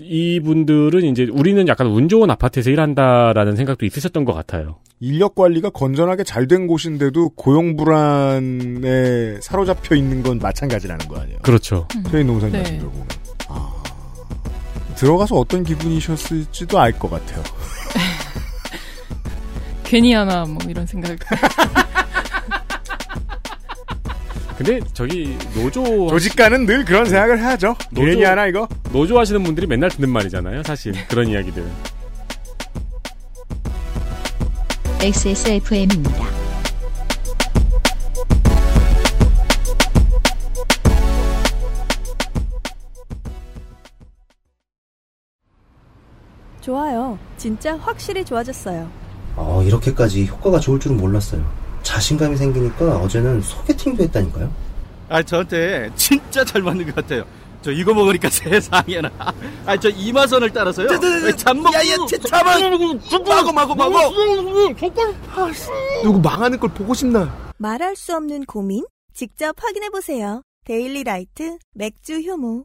Speaker 3: 이분들은 이제 우리는 약간 운 좋은 아파트에서 일한다라는 생각도 있으셨던 것 같아요.
Speaker 2: 인력 관리가 건전하게 잘 된 곳인데도 고용 불안에 사로잡혀 있는 건 마찬가지라는 거 아니에요.
Speaker 3: 그렇죠.
Speaker 2: 최인 노무사님
Speaker 13: 네.
Speaker 2: 말씀 들어보면 아, 들어가서 어떤 기분이셨을지도 알 것 같아요.
Speaker 13: 괜히 하나 뭐 이런 생각.
Speaker 3: 근데 저기 노조
Speaker 2: 조직가는 늘 그런 생각을 해야죠. 네.
Speaker 3: 노조-
Speaker 2: 괜히 하나 이거.
Speaker 3: 노조 하시는 분들이 맨날 듣는 말이잖아요. 사실 그런 이야기들.
Speaker 1: XSFM입니다.
Speaker 16: 좋아요. 진짜 확실히 좋아졌어요.
Speaker 14: 어, 이렇게까지 효과가 좋을 줄은 몰랐어요. 자신감이 생기니까 어제는 소개팅도 했다니까요.
Speaker 15: 아 저한테 진짜 잘 맞는 것 같아요. 저 이거 먹으니까
Speaker 7: 그러니까
Speaker 15: 세상에나. 아 저 이마선을 따라서요.
Speaker 11: 저, 저, 저, 저,
Speaker 15: 잠먹.
Speaker 11: 네, 야야, 제 잠은
Speaker 15: 마고 마고 마고.
Speaker 7: 누구 망하는 걸 보고 싶나?
Speaker 6: 말할 수 없는 고민? 직접 확인해보세요. 데일리 라이트 맥주 효모.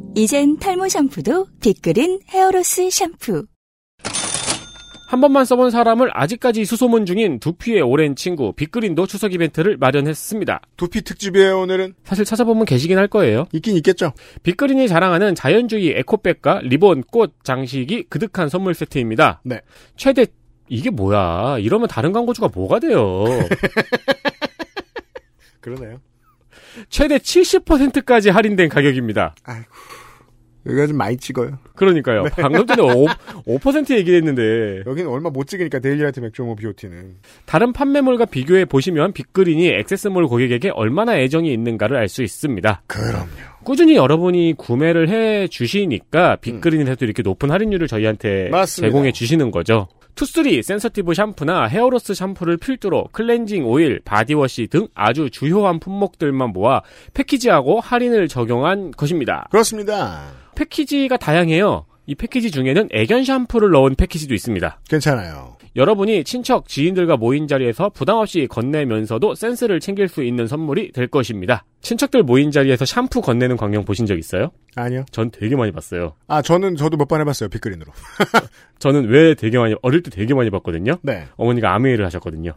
Speaker 17: 이젠 탈모 샴푸도 빅그린 헤어로스 샴푸.
Speaker 3: 한 번만 써본 사람을 아직까지 수소문 중인 두피의 오랜 친구 빅그린도 추석 이벤트를 마련했습니다.
Speaker 2: 두피 특집이에요 오늘은.
Speaker 3: 사실 찾아보면 계시긴 할 거예요.
Speaker 2: 있긴 있겠죠.
Speaker 3: 빅그린이 자랑하는 자연주의 에코백과 리본, 꽃, 장식이 그득한 선물 세트입니다.
Speaker 2: 네.
Speaker 3: 최대 이게 뭐야? 이러면 다른 광고주가 뭐가 돼요?
Speaker 2: 그러네요.
Speaker 3: 최대 70%까지 할인된 가격입니다.
Speaker 2: 여기가 좀 많이 찍어요. 네.
Speaker 3: 그러니까요. 방금 전에 5, 5% 얘기했는데
Speaker 2: 여기는 얼마 못 찍으니까 데일리라이트 맥주모 비오티는
Speaker 3: 다른 판매물과 비교해 보시면 빅그린이 액세스몰 고객에게 얼마나 애정이 있는가를 알 수 있습니다.
Speaker 2: 그럼요.
Speaker 3: 꾸준히 여러분이 구매를 해 주시니까 빅그린에서도 이렇게 높은 할인율을 저희한테
Speaker 2: 맞습니다.
Speaker 3: 제공해 주시는 거죠. 투쓰리 센서티브 샴푸나 헤어로스 샴푸를 필두로 클렌징 오일, 바디워시 등 아주 주요한 품목들만 모아 패키지하고 할인을 적용한 것입니다.
Speaker 2: 그렇습니다.
Speaker 3: 패키지가 다양해요. 이 패키지 중에는 애견 샴푸를 넣은 패키지도 있습니다.
Speaker 2: 괜찮아요.
Speaker 3: 여러분이 친척, 지인들과 모인 자리에서 부담 없이 건네면서도 센스를 챙길 수 있는 선물이 될 것입니다. 친척들 모인 자리에서 샴푸 건네는 광경 보신 적 있어요?
Speaker 2: 아니요.
Speaker 3: 전 되게 많이 봤어요.
Speaker 2: 아 저는 저도 몇 번 해봤어요 빅그린으로.
Speaker 3: 저는 왜 되게 많이 어릴 때 되게 많이 봤거든요.
Speaker 2: 네.
Speaker 3: 어머니가 아메이를 하셨거든요.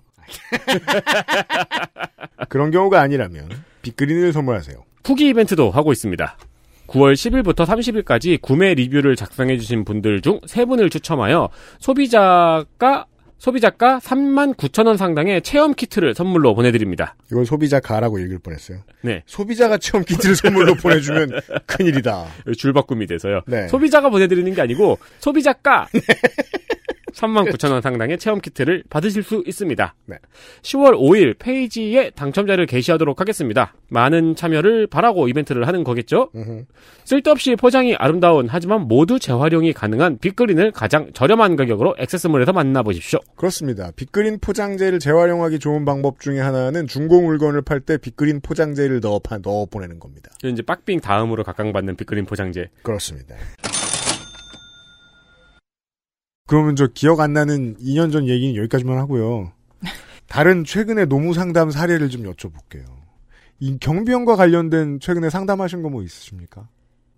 Speaker 2: 그런 경우가 아니라면 빅그린을 선물하세요.
Speaker 3: 후기 이벤트도 하고 있습니다. 9월 10일부터 30일까지 구매 리뷰를 작성해주신 분들 중 3분을 추첨하여 소비자가 소비자가 39,000원 상당의 체험 키트를 선물로 보내드립니다.
Speaker 2: 이건 소비자 가라고 읽을 뻔했어요.
Speaker 3: 네.
Speaker 2: 소비자가 체험 키트를 선물로 보내주면 큰일이다.
Speaker 3: 예, 줄바꿈이 돼서요.
Speaker 2: 네.
Speaker 3: 소비자가 보내드리는
Speaker 2: [laughs]
Speaker 3: 게 아니고 소비자가 39,000원 상당의 체험 키트를 받으실 수 있습니다.
Speaker 2: 네.
Speaker 3: 10월 5일 페이지에 당첨자를 게시하도록 하겠습니다. 많은 참여를 바라고 이벤트를 하는 거겠죠?
Speaker 2: 음흠.
Speaker 3: 쓸데없이 포장이 아름다운 하지만 모두 재활용이 가능한 빅그린을 가장 저렴한 가격으로 액세스몰에서 만나보십시오.
Speaker 2: 그렇습니다. 빅그린 포장재를 재활용하기 좋은 방법 중에 하나는 중고 물건을 팔 때 빅그린 포장재를 넣어 파, 넣어 보내는 겁니다.
Speaker 3: 이제 빡빙 다음으로 각광받는 빅그린 포장재.
Speaker 2: 그렇습니다. 그러면 저 기억 안 나는 2년 전 얘기는 여기까지만 하고요. 다른 최근의 노무 상담 사례를 좀 여쭤볼게요. 이 경비원과 관련된 최근에 상담하신 거 뭐 있으십니까?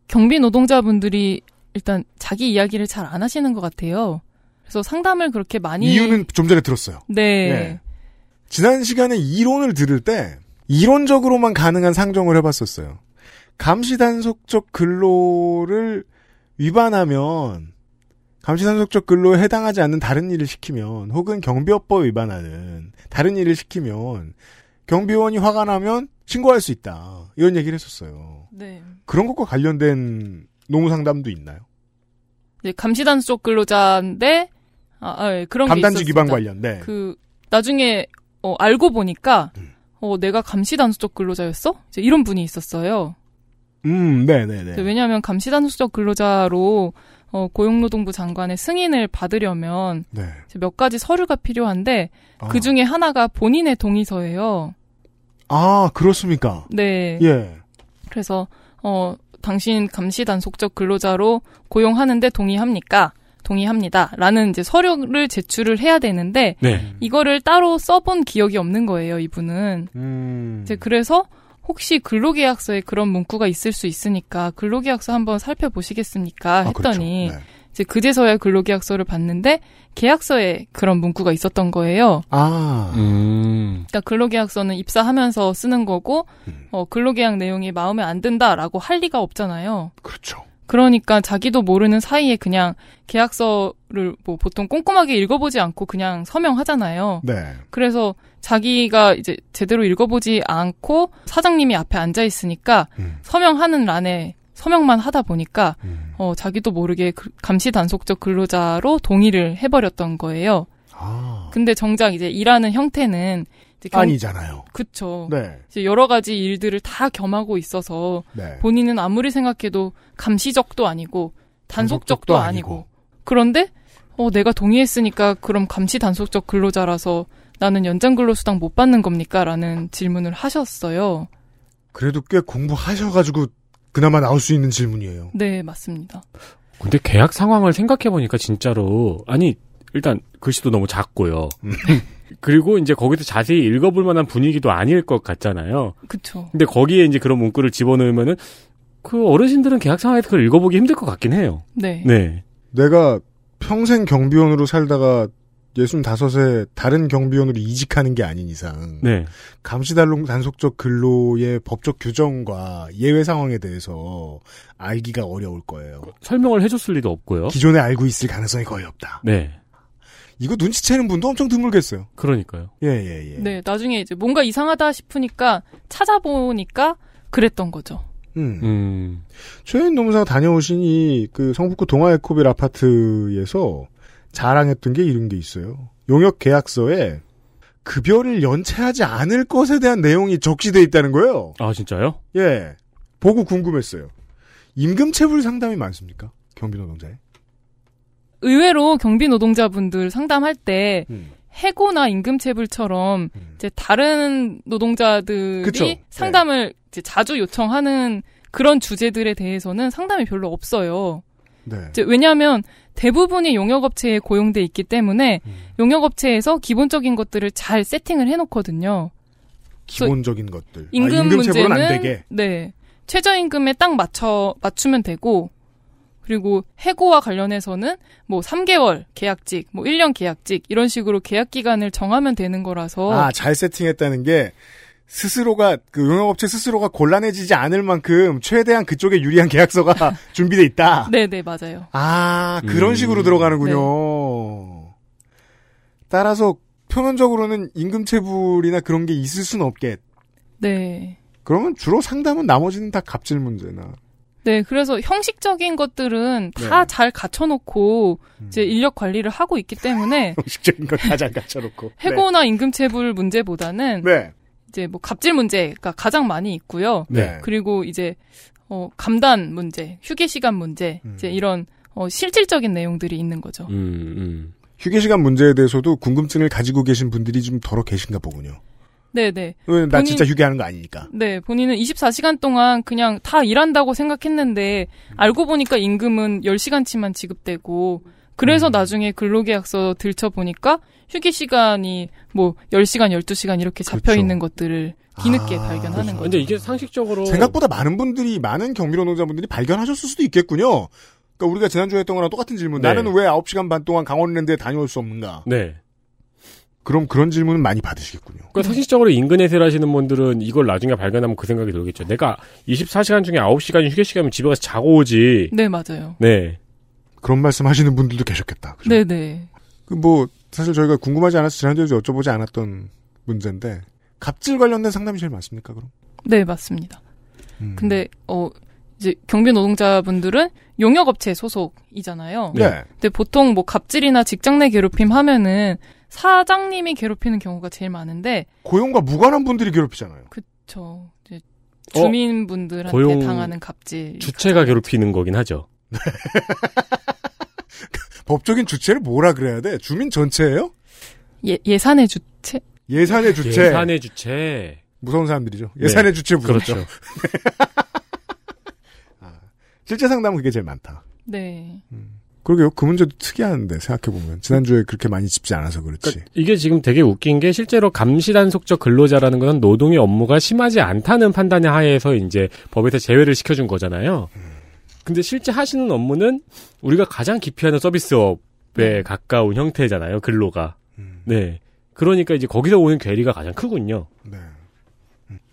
Speaker 13: 경비 노동자분들이 일단 자기 이야기를 잘 안 하시는 것 같아요. 그래서 상담을 그렇게 많이
Speaker 2: 이유는 좀 전에 들었어요.
Speaker 13: 네.
Speaker 2: 네. 지난 시간에 이론을 들을 때 이론적으로만 가능한 상정을 해봤었어요. 감시단속적 근로를 위반하면 감시단속적 근로에 해당하지 않는 다른 일을 시키면 혹은 경비업법 위반하는 다른 일을 시키면 경비원이 화가 나면 신고할 수 있다 이런 얘기를 했었어요.
Speaker 13: 네.
Speaker 2: 그런 것과 관련된 노무 상담도 있나요?
Speaker 13: 이제 감시단속 근로자인데 아, 아, 예, 그런
Speaker 2: 감단직
Speaker 13: 게 있었습니다.
Speaker 2: 위반 관련. 네. 음.
Speaker 13: 그 나중에 어, 알고 보니까 어, 내가 감시단속적 근로자였어? 이제 이런 분이 있었어요.
Speaker 2: 음, 네, 네, 네.
Speaker 13: 근데 그 왜냐하면 감시단속적 근로자로 어, 고용노동부 장관의 승인을 받으려면
Speaker 2: 네.
Speaker 13: 이제 몇 가지 서류가 필요한데
Speaker 2: 아.
Speaker 13: 그 중에 하나가 본인의 동의서예요.
Speaker 2: 아 그렇습니까?
Speaker 13: 네.
Speaker 2: 예.
Speaker 13: 그래서 어 당신 감시 단속적 근로자로 고용하는데 동의합니까? 동의합니다라는 이제 서류를 제출을 해야 되는데
Speaker 3: 네.
Speaker 13: 이거를 따로 써본 기억이 없는 거예요, 이분은.
Speaker 2: 음.
Speaker 13: 이제 그래서 혹시 근로계약서에 그런 문구가 있을 수 있으니까 근로계약서 한번 살펴보시겠습니까? 아,
Speaker 2: 아, 그렇죠.
Speaker 13: 했더니
Speaker 2: 네.
Speaker 13: 이제 그제서야 근로계약서를 봤는데 계약서에 그런 문구가 있었던 거예요.
Speaker 2: 아.
Speaker 3: 음.
Speaker 13: 그러니까 근로계약서는 입사하면서 쓰는 거고 어, 근로계약 내용이 마음에 안 든다라고 할 리가 없잖아요.
Speaker 2: 그렇죠.
Speaker 13: 그러니까 자기도 모르는 사이에 그냥 계약서를 뭐 보통 꼼꼼하게 읽어보지 않고 그냥 서명하잖아요.
Speaker 2: 네.
Speaker 13: 그래서 자기가 이제 제대로 읽어보지 않고 사장님이 앞에 앉아 있으니까
Speaker 2: 음.
Speaker 13: 서명하는 란에 서명만 하다 보니까 어, 자기도 모르게 그- 감시 단속적 근로자로 동의를 해버렸던 거예요.
Speaker 2: 아,
Speaker 13: 근데 정작 이제 일하는 형태는 이제 경-
Speaker 2: 아니잖아요.
Speaker 13: 그쵸.
Speaker 2: 네.
Speaker 13: 이제 여러 가지 일들을 다 겸하고 있어서
Speaker 2: 네.
Speaker 13: 본인은 아무리 생각해도 감시적도 아니고 단속적도,
Speaker 2: 단속적도
Speaker 13: 아니고. 그런데 어, 내가 동의했으니까 그럼 감시 단속적 근로자라서 나는 연장 근로수당 못 받는 겁니까? 라는 질문을 하셨어요.
Speaker 2: 그래도 꽤 공부하셔가지고 그나마 나올 수 있는 질문이에요.
Speaker 13: 네, 맞습니다.
Speaker 3: 근데 계약 상황을 생각해보니까 진짜로, 아니, 일단 글씨도 너무 작고요.
Speaker 2: 음.
Speaker 3: [laughs] 그리고 이제 거기서 자세히 읽어볼 만한 분위기도 아닐 것 같잖아요.
Speaker 13: 그쵸.
Speaker 3: 근데 거기에 이제 그런 문구를 집어넣으면은 그 어르신들은 계약 상황에서 그걸 읽어보기 힘들 것 같긴 해요.
Speaker 13: 네.
Speaker 2: 내가 평생 경비원으로 살다가 65에 다른 경비원으로 이직하는 게 아닌 이상
Speaker 3: 네.
Speaker 2: 감시달롱 단속적 근로의 법적 규정과 예외 상황에 대해서 알기가 어려울 거예요.
Speaker 3: 설명을 해줬을 리도 없고요.
Speaker 2: 기존에 알고 있을 가능성이 거의 없다.
Speaker 3: 네.
Speaker 2: 이거 눈치채는 분도 엄청 드물겠어요.
Speaker 3: 그러니까요.
Speaker 2: 예, 예, 예.
Speaker 13: 네, 나중에 이제 뭔가 이상하다 싶으니까 찾아보니까 그랬던 거죠.
Speaker 2: 음. 최인 노무사가 다녀오신 이 그 성북구 동아에코빌 아파트에서 자랑했던 게 이런 게 있어요. 용역 계약서에 급여를 연체하지 않을 것에 대한 내용이 적시돼 있다는 거예요.
Speaker 3: 아, 진짜요?
Speaker 2: 예. 보고 궁금했어요. 임금 체불 상담이 많습니까? 경비 노동자에?
Speaker 13: 의외로 경비 노동자분들 상담할 때 해고나 임금체불처럼
Speaker 2: 음.
Speaker 13: 이제 다른 노동자들이
Speaker 12: 그쵸.
Speaker 2: 네.
Speaker 13: 상담을 이제 자주 요청하는 그런 주제들에 대해서는 상담이 별로 없어요.
Speaker 2: 네.
Speaker 13: 이제 왜냐하면 대부분이 용역업체에 고용돼 있기 때문에
Speaker 2: 음.
Speaker 13: 용역업체에서 기본적인 것들을 잘 세팅을 해놓거든요.
Speaker 2: 기본적인 것들.
Speaker 13: 임금,
Speaker 2: 아, 임금 체불은
Speaker 13: 문제는
Speaker 2: 안 되게.
Speaker 13: 네 최저임금에 딱 맞춰 맞추면 되고 그리고 해고와 관련해서는 뭐 3개월 계약직, 뭐 1년 계약직 이런 식으로 계약 기간을 정하면 되는 거라서
Speaker 2: 아, 잘 세팅했다는 게 스스로가 그 용역업체 스스로가 곤란해지지 않을 만큼 최대한 그쪽에 유리한 계약서가 [laughs] 준비돼 있다.
Speaker 13: 네네 맞아요.
Speaker 2: 아, 그런
Speaker 13: 음.
Speaker 2: 식으로 들어가는군요.
Speaker 13: 네.
Speaker 2: 따라서 표면적으로는 임금체불이나 그런 게 있을 순 없겠.
Speaker 13: 네.
Speaker 2: 그러면 주로 상담은 나머지는 다 갑질
Speaker 13: [laughs]
Speaker 2: 문제나.
Speaker 13: 네, 그래서 형식적인 것들은 다 잘 갖춰놓고 이제 인력 관리를 하고
Speaker 2: [laughs]
Speaker 13: 있기
Speaker 2: 네.
Speaker 13: 때문에
Speaker 2: 형식적인 건 가장 갖춰놓고.
Speaker 13: [laughs] 해고나 임금체불 문제보다는
Speaker 2: 네.
Speaker 13: 이제 뭐 갑질 문제가 가장 많이 있고요.
Speaker 12: 네.
Speaker 13: 그리고 이제 어, 감단 문제, 휴게 시간 문제, 이제 이런 어, 실질적인 내용들이 있는
Speaker 3: 음,
Speaker 13: 거죠.
Speaker 2: 휴게시간 문제에 대해서도 궁금증을 가지고 계신 분들이 좀 덜어 계신가 보군요.
Speaker 13: 네, 네.
Speaker 2: 왜나
Speaker 13: 본인-
Speaker 2: 진짜 휴게하는 거 아니니까.
Speaker 13: 네, 본인은 24시간 동안 그냥 다 일한다고 생각했는데 알고 보니까 임금은 10시간치만 지급되고 그래서 나중에 근로계약서 들춰보니까 휴게시간이 뭐 10시간, 12시간 이렇게 잡혀있는 것들을 뒤늦게 발견하는 거죠.
Speaker 3: 근데 이게 상식적으로
Speaker 2: 아. 생각보다 많은 분들이 많은 경비 노동자분들이 발견하셨을 수도 있겠군요. 그러니까 우리가 지난주에 했던 거랑 똑같은 질문.
Speaker 3: 네.
Speaker 2: 나는 왜 9시간 반 동안 강원랜드에 다녀올 수 없는가?
Speaker 3: 네.
Speaker 2: 그럼 그런 질문은 많이 받으시겠군요.
Speaker 3: 그러니까 상식적으로 인근에 서 일하시는 분들은 이걸 나중에 발견하면 그 생각이 들겠죠. 내가 24시간 중에 9시간이 휴게 시간이면 집에 가서 자고 오지.
Speaker 13: 네, 맞아요.
Speaker 3: 네.
Speaker 2: 그런 말씀 하시는 분들도 계셨겠다.
Speaker 13: 그렇죠. 네네.
Speaker 2: 그 뭐 사실 저희가 궁금하지 않아서 지난주에 여쭤보지 않았던 문제인데 갑질 관련된 상담이 제일 많습니까? 그럼? 음.
Speaker 13: 네, 맞습니다. 근데 어 이제 경비 노동자분들은 용역 업체 소속이잖아요.
Speaker 12: 네.
Speaker 13: 근데 보통 뭐 갑질이나 직장 내 괴롭힘 하면은 사장님이 괴롭히는 경우가 제일 많은데
Speaker 2: 고용과 무관한 분들이 괴롭히잖아요.
Speaker 13: 그쵸 이제
Speaker 3: 어,
Speaker 13: 주민분들한테
Speaker 3: 고용
Speaker 13: 당하는 갑질.
Speaker 3: 주체가 괴롭히는 거긴 하죠.
Speaker 2: 법적인 주체를 뭐라 그래야 돼? 주민 전체예요?
Speaker 13: 예, 예산의 주체?
Speaker 2: 예산의 주체.
Speaker 3: 예산의 주체.
Speaker 2: 무서운 사람들이죠. 예산의
Speaker 3: 네.
Speaker 2: 주체 무섭죠.
Speaker 3: 그렇죠.
Speaker 2: 실제 상담은 그게 제일 많다.
Speaker 13: 네.
Speaker 2: 그러게요. 그 문제도 특이한데 생각해보면 지난주에 그렇게 많이 짚지 않아서 그렇지.
Speaker 3: 이게 지금 되게 웃긴 게 실제로 감시단속적 근로자라는 것은 노동의 업무가 심하지 않다는 판단의 하에서 이제 법에서 제외를 시켜준 거잖아요. 근데 실제 하시는 업무는 우리가 가장 기피하는
Speaker 2: 네.
Speaker 3: 서비스업에 가까운 형태잖아요. 근로가.
Speaker 2: 음.
Speaker 3: 네. 그러니까 이제 거기서 오는 괴리가 가장 크군요.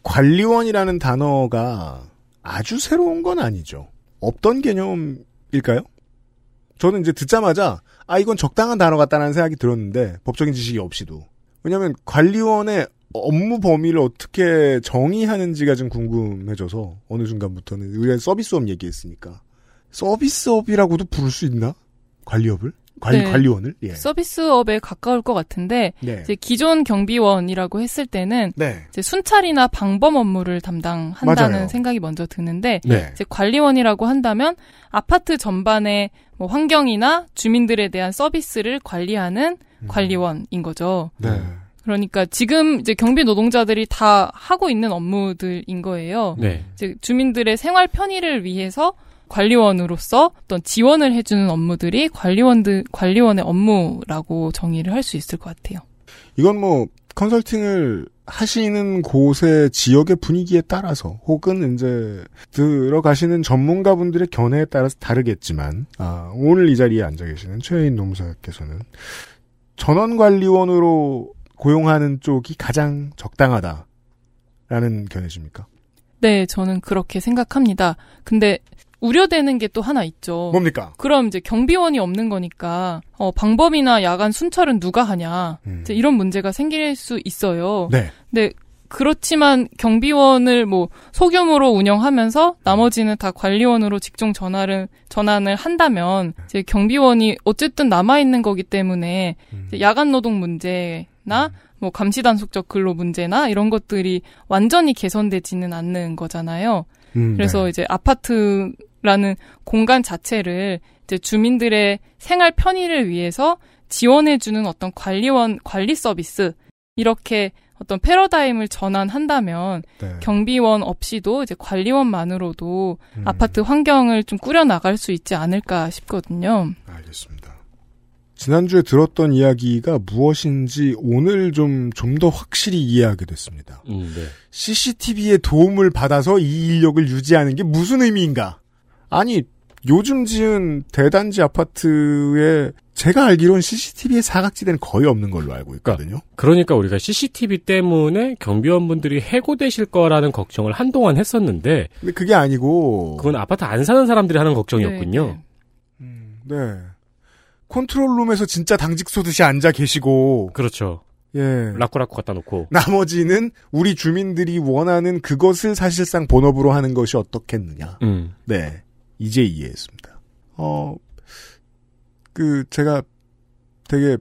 Speaker 2: 관리원이라는 단어가 아주 새로운 건 아니죠. 없던 개념일까요? 저는 이제 듣자마자 아 이건 적당한 단어 같다는 생각이 들었는데 법적인 지식이 없이도 왜냐하면 관리원의 업무 범위를 어떻게 정의하는지가 좀 궁금해져서 어느 순간부터는 우리가 서비스업 얘기했으니까 서비스업이라고도 부를 수 있나 관리업을 관리
Speaker 13: 네.
Speaker 2: 관리원을 예.
Speaker 13: 서비스업에 가까울 것 같은데
Speaker 2: 네.
Speaker 13: 이제 기존 경비원이라고 했을 때는
Speaker 2: 네.
Speaker 13: 이제 순찰이나 방범 업무를 담당한다는
Speaker 18: 맞아요.
Speaker 13: 생각이 먼저 드는데
Speaker 18: 네.
Speaker 13: 이제 관리원이라고 한다면 아파트 전반의 뭐 환경이나 주민들에 대한 서비스를 관리하는 관리원인 거죠.
Speaker 2: 네.
Speaker 13: 그러니까 지금 이제 경비 노동자들이 다 하고 있는 업무들인 거예요.
Speaker 3: 네.
Speaker 13: 즉 주민들의 생활 편의를 위해서 관리원으로서 어떤 지원을 해주는 업무들이 관리원들 관리원의 업무라고 정의를 할 수 있을 것 같아요.
Speaker 2: 이건 뭐 컨설팅을 하시는 곳의 지역의 분위기에 따라서 혹은 이제 들어가시는 전문가분들의 견해에 따라서 다르겠지만 아, 오늘 이 자리에 앉아 계시는 최혜인 노무사께서는 전원관리원으로 고용하는 쪽이 가장 적당하다라는 견해십니까?
Speaker 13: 네, 저는 그렇게 생각합니다. 근데 우려되는 게 또 하나 있죠.
Speaker 2: 뭡니까?
Speaker 13: 그럼 이제 경비원이 없는 거니까 어, 방범이나 야간 순찰은 누가 하냐 이제 이런 문제가 생길 수 있어요.
Speaker 2: 네.
Speaker 13: 근데 그렇지만 경비원을 뭐 소규모로 운영하면서 나머지는 다 관리원으로 직종 전환을 전환을 한다면 이제 경비원이 어쨌든 남아 있는 거기 때문에 이제 야간 노동 문제나 뭐 감시 단속적 근로 문제나 이런 것들이 완전히 개선되지는 않는 거잖아요.
Speaker 3: 네.
Speaker 18: 음,
Speaker 2: 네.
Speaker 13: 그래서 이제 아파트라는 공간 자체를 이제 주민들의 생활 편의를 위해서 지원해주는 어떤 관리원 관리 서비스 이렇게 어떤 패러다임을 전환한다면
Speaker 3: 네.
Speaker 2: 네.
Speaker 13: 경비원 없이도 이제 관리원만으로도
Speaker 2: 음.
Speaker 3: 음.
Speaker 13: 아파트 환경을 좀 꾸려 나갈 수 있지 않을까 싶거든요.
Speaker 2: 지난주에 들었던 이야기가 무엇인지 오늘 좀 좀 더 확실히 이해하게 됐습니다.
Speaker 3: 음, 네.
Speaker 2: CCTV의 도움을 받아서 이 인력을 유지하는 게 무슨 의미인가? 아니, 요즘 지은 대단지 아파트에 제가 알기로는 CCTV의 사각지대는 거의 없는 걸로 알고 있거든요.
Speaker 3: 그러니까 우리가 CCTV 때문에 경비원분들이 해고되실 거라는 걱정을 한동안 했었는데.
Speaker 2: 근데 그게 아니고.
Speaker 3: 그건 아파트 안 사는 사람들이 하는
Speaker 13: 네,
Speaker 3: 걱정이었군요. 네.
Speaker 2: 네. 컨트롤룸에서 진짜 당직 쏘듯이 앉아 계시고.
Speaker 3: 그렇죠.
Speaker 2: 예.
Speaker 3: 라꾸라꾸 갖다 놓고.
Speaker 2: 나머지는 우리 주민들이 원하는 그것을 사실상 본업으로 하는 것이 어떻겠느냐.
Speaker 3: 음.
Speaker 2: 네. 이제 이해했습니다. 어, 그, 제가 되게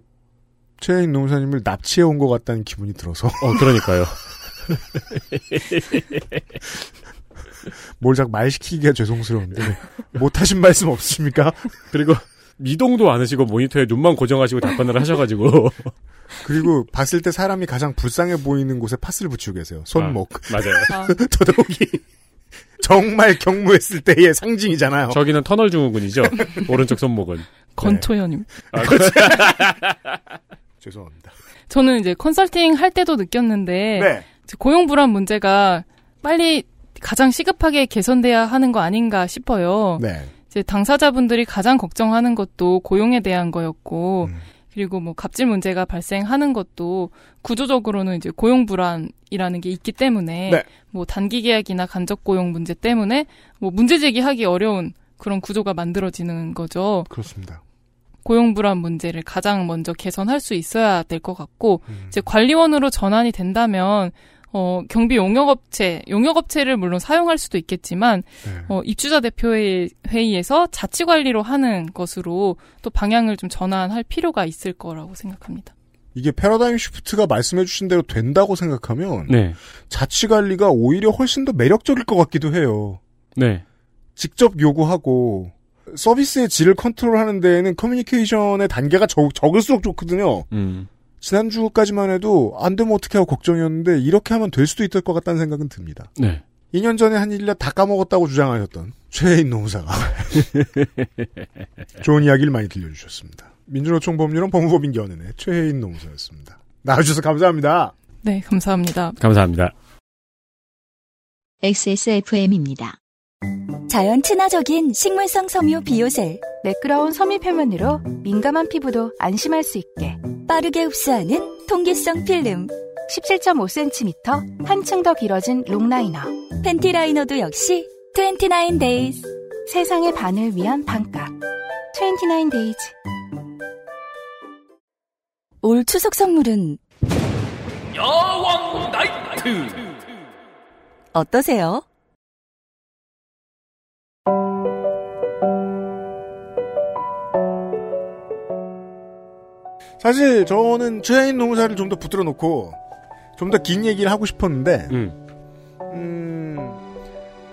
Speaker 2: 최혜인 노무사님을 납치해 온 것 같다는 기분이 들어서. [laughs]
Speaker 3: 어, 그러니까요. [laughs]
Speaker 2: 뭘 자꾸 말 시키기가 죄송스러운데. 못하신 말씀 없습니까?
Speaker 3: 그리고 미동도 안 하시고 모니터에 눈만 고정하시고 답변을 하셔가지고. [laughs]
Speaker 2: 그리고 봤을 때 사람이 가장 불쌍해 보이는 곳에 팥을 붙이고 계세요. 손목.
Speaker 3: 아, 맞아요.
Speaker 2: [laughs] 더더욱이. 정말 경무했을 때의 상징이잖아요.
Speaker 3: 저기는 터널 증후군이죠. 오른쪽 손목은.
Speaker 13: 건초연임.
Speaker 3: 아,
Speaker 2: 죄송합니다.
Speaker 13: 저는 이제 컨설팅 할 때도 느꼈는데
Speaker 2: 네.
Speaker 13: 이제 고용 불안 문제가 빨리 가장 시급하게 개선돼야 하는 거 아닌가 싶어요.
Speaker 2: 네.
Speaker 13: 이제 당사자분들이 가장 걱정하는 것도 고용에 대한 거였고
Speaker 2: 음.
Speaker 13: 그리고 뭐 갑질 문제가 발생하는 것도 구조적으로는 이제 고용 불안이라는 게 있기 때문에
Speaker 18: 네.
Speaker 13: 뭐 단기 계약이나 간접 고용 문제 때문에 뭐 문제 제기하기 어려운 그런 구조가 만들어지는 거죠.
Speaker 2: 그렇습니다.
Speaker 13: 고용 불안 문제를 가장 먼저 개선할 수 있어야 될 것 같고 이제 관리원으로 전환이 된다면 어 경비 용역업체 용역업체를 물론 사용할 수도 있겠지만 어 입주자 대표의 회의에서 자치 관리로 하는 것으로 또 방향을 좀 전환할 필요가 있을 거라고 생각합니다.
Speaker 2: 이게 패러다임 시프트가 말씀해주신 대로 된다고 생각하면
Speaker 3: 네.
Speaker 2: 자치 관리가 오히려 훨씬 더 매력적일 것 같기도 해요.
Speaker 3: 네.
Speaker 2: 직접 요구하고 서비스의 질을 컨트롤하는 데에는 커뮤니케이션의 단계가 적, 적을수록 좋거든요.
Speaker 3: 음.
Speaker 2: 지난주까지만 해도 안 되면 어떻게 하고 걱정이었는데 이렇게 하면 될 수도 있을 것 같다는 생각은 듭니다.
Speaker 3: 네.
Speaker 2: 2년 전에 한 일이라 다 까먹었다고 주장하셨던 최혜인 노무사가 좋은 이야기를 많이 들려주셨습니다. 민주노총 법률원 법무법인 연은의 최혜인 노무사였습니다. 나와주셔서 감사합니다.
Speaker 13: 네, 감사합니다.
Speaker 3: 감사합니다.
Speaker 1: XSFM입니다.
Speaker 17: 자연 친화적인 식물성 섬유 비오셀.
Speaker 12: 매끄러운 섬유 표면으로 민감한 피부도 안심할 수 있게.
Speaker 17: 빠르게 흡수하는 통기성 필름.
Speaker 12: 17.5cm 한층 더 길어진 롱라이너.
Speaker 17: 팬티 라이너도 역시 29 days.
Speaker 12: 세상의 반을 위한 반값. 29 days.
Speaker 17: 올 추석 선물은
Speaker 11: 야왕 나이트
Speaker 17: 어떠세요?
Speaker 2: 사실 저는 최혜인 노무사를 좀 더 붙들어 놓고 좀 더 긴 얘기를 하고 싶었는데 음,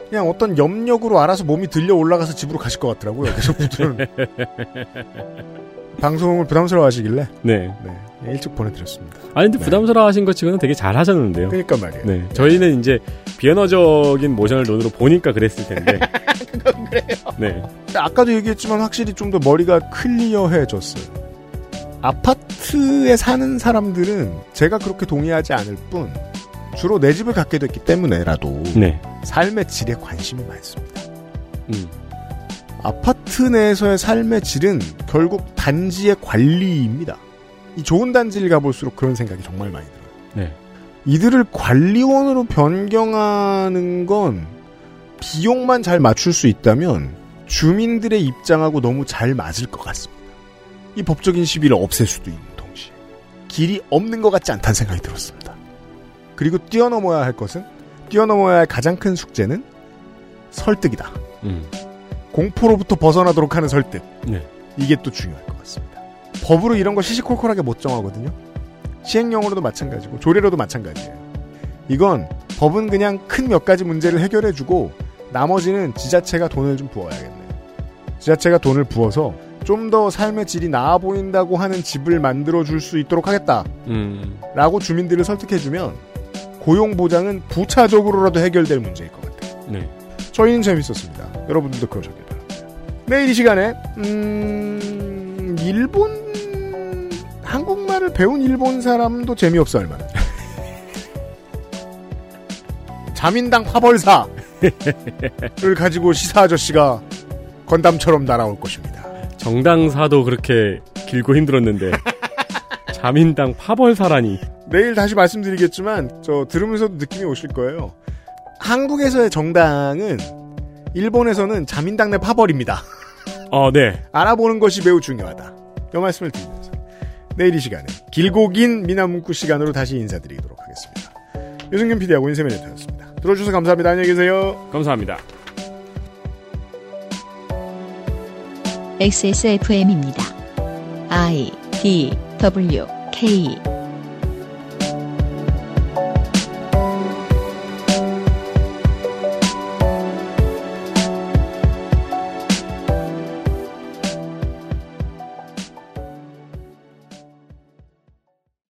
Speaker 2: 그냥 어떤 염력으로 알아서 몸이 들려 올라가서 집으로 가실 것 같더라고요. 계속 붙들어 놓- 방송을 부담스러워하시길래
Speaker 3: 네.
Speaker 2: 네, 일찍 보내드렸습니다.
Speaker 3: 아니, 근데 부담스러워하신 것 치고는 되게 잘 하셨는데요.
Speaker 2: 그러니까 말이에요.
Speaker 3: 네. 저희는 이제 비언어적인 모션을 눈으로 보니까 그랬을 텐데. [laughs] 그건 그래요. 네.
Speaker 2: 근데 아까도 얘기했지만 확실히 좀 더 머리가 클리어해졌어요. 아파트에 사는 사람들은 제가 그렇게 동의하지 않을 뿐 주로 내 집을 갖게 됐기 때문에라도
Speaker 3: 네.
Speaker 2: 삶의 질에 관심이 많습니다.
Speaker 3: 음.
Speaker 2: 아파트 내에서의 삶의 질은 결국 단지의 관리입니다. 이 좋은 단지를 가볼수록 그런 생각이 정말 많이 들어요.
Speaker 3: 네.
Speaker 2: 이들을 관리원으로 변경하는 건 비용만 잘 맞출 수 있다면 주민들의 입장하고 너무 잘 맞을 것 같습니다. 이 법적인 시비를 없앨 수도 있는 동시에 길이 없는 것 같지 않다는 생각이 들었습니다. 그리고 뛰어넘어야 할 것은 뛰어넘어야 할 가장 큰 숙제는 설득이다.
Speaker 3: 음.
Speaker 2: 공포로부터 벗어나도록 하는 설득.
Speaker 3: 네.
Speaker 2: 이게 또 중요할 것 같습니다. 법으로 이런 거 시시콜콜하게 못 정하거든요. 시행령으로도 마찬가지고 조례로도 마찬가지예요. 이건 법은 그냥 큰 몇 가지 문제를 해결해주고 나머지는 지자체가 돈을 좀 부어야겠네요. 지자체가 돈을 부어서 좀 더 삶의 질이 나아 보인다고 하는 집을 만들어 줄 수 있도록 하겠다라고
Speaker 3: 음.
Speaker 2: 주민들을 설득해주면 고용 보장은 부차적으로라도 해결될 문제일 것 같아요.
Speaker 3: 네.
Speaker 2: 저희는 재밌었습니다. 여러분들도 그러셨길 바랍니다. 내일 이 시간에 음, 일본 한국말을 배운 일본 사람도 재미없어 할 만한 [laughs] 자민당 파벌사를 가지고 시사 아저씨가 건담처럼 날아올 것입니다.
Speaker 3: 정당사도 그렇게 길고 [laughs] 힘들었는데. 자민당 파벌사라니.
Speaker 2: 내일 다시 말씀드리겠지만 저 들으면서도 느낌이 오실 거예요. 한국에서의 정당은 일본에서는 자민당 내 파벌입니다.
Speaker 3: 어, 네.
Speaker 2: 알아보는 것이 매우 중요하다. 이 말씀을 드리면서 내일 이 시간에 길고 긴 미남 문구 시간으로 다시 인사드리도록 하겠습니다. 유승균 PD하고 인세민의 타였습니다. 들어주셔서 감사합니다. 안녕히 계세요.
Speaker 3: 감사합니다.
Speaker 1: XSFM입니다. I D W K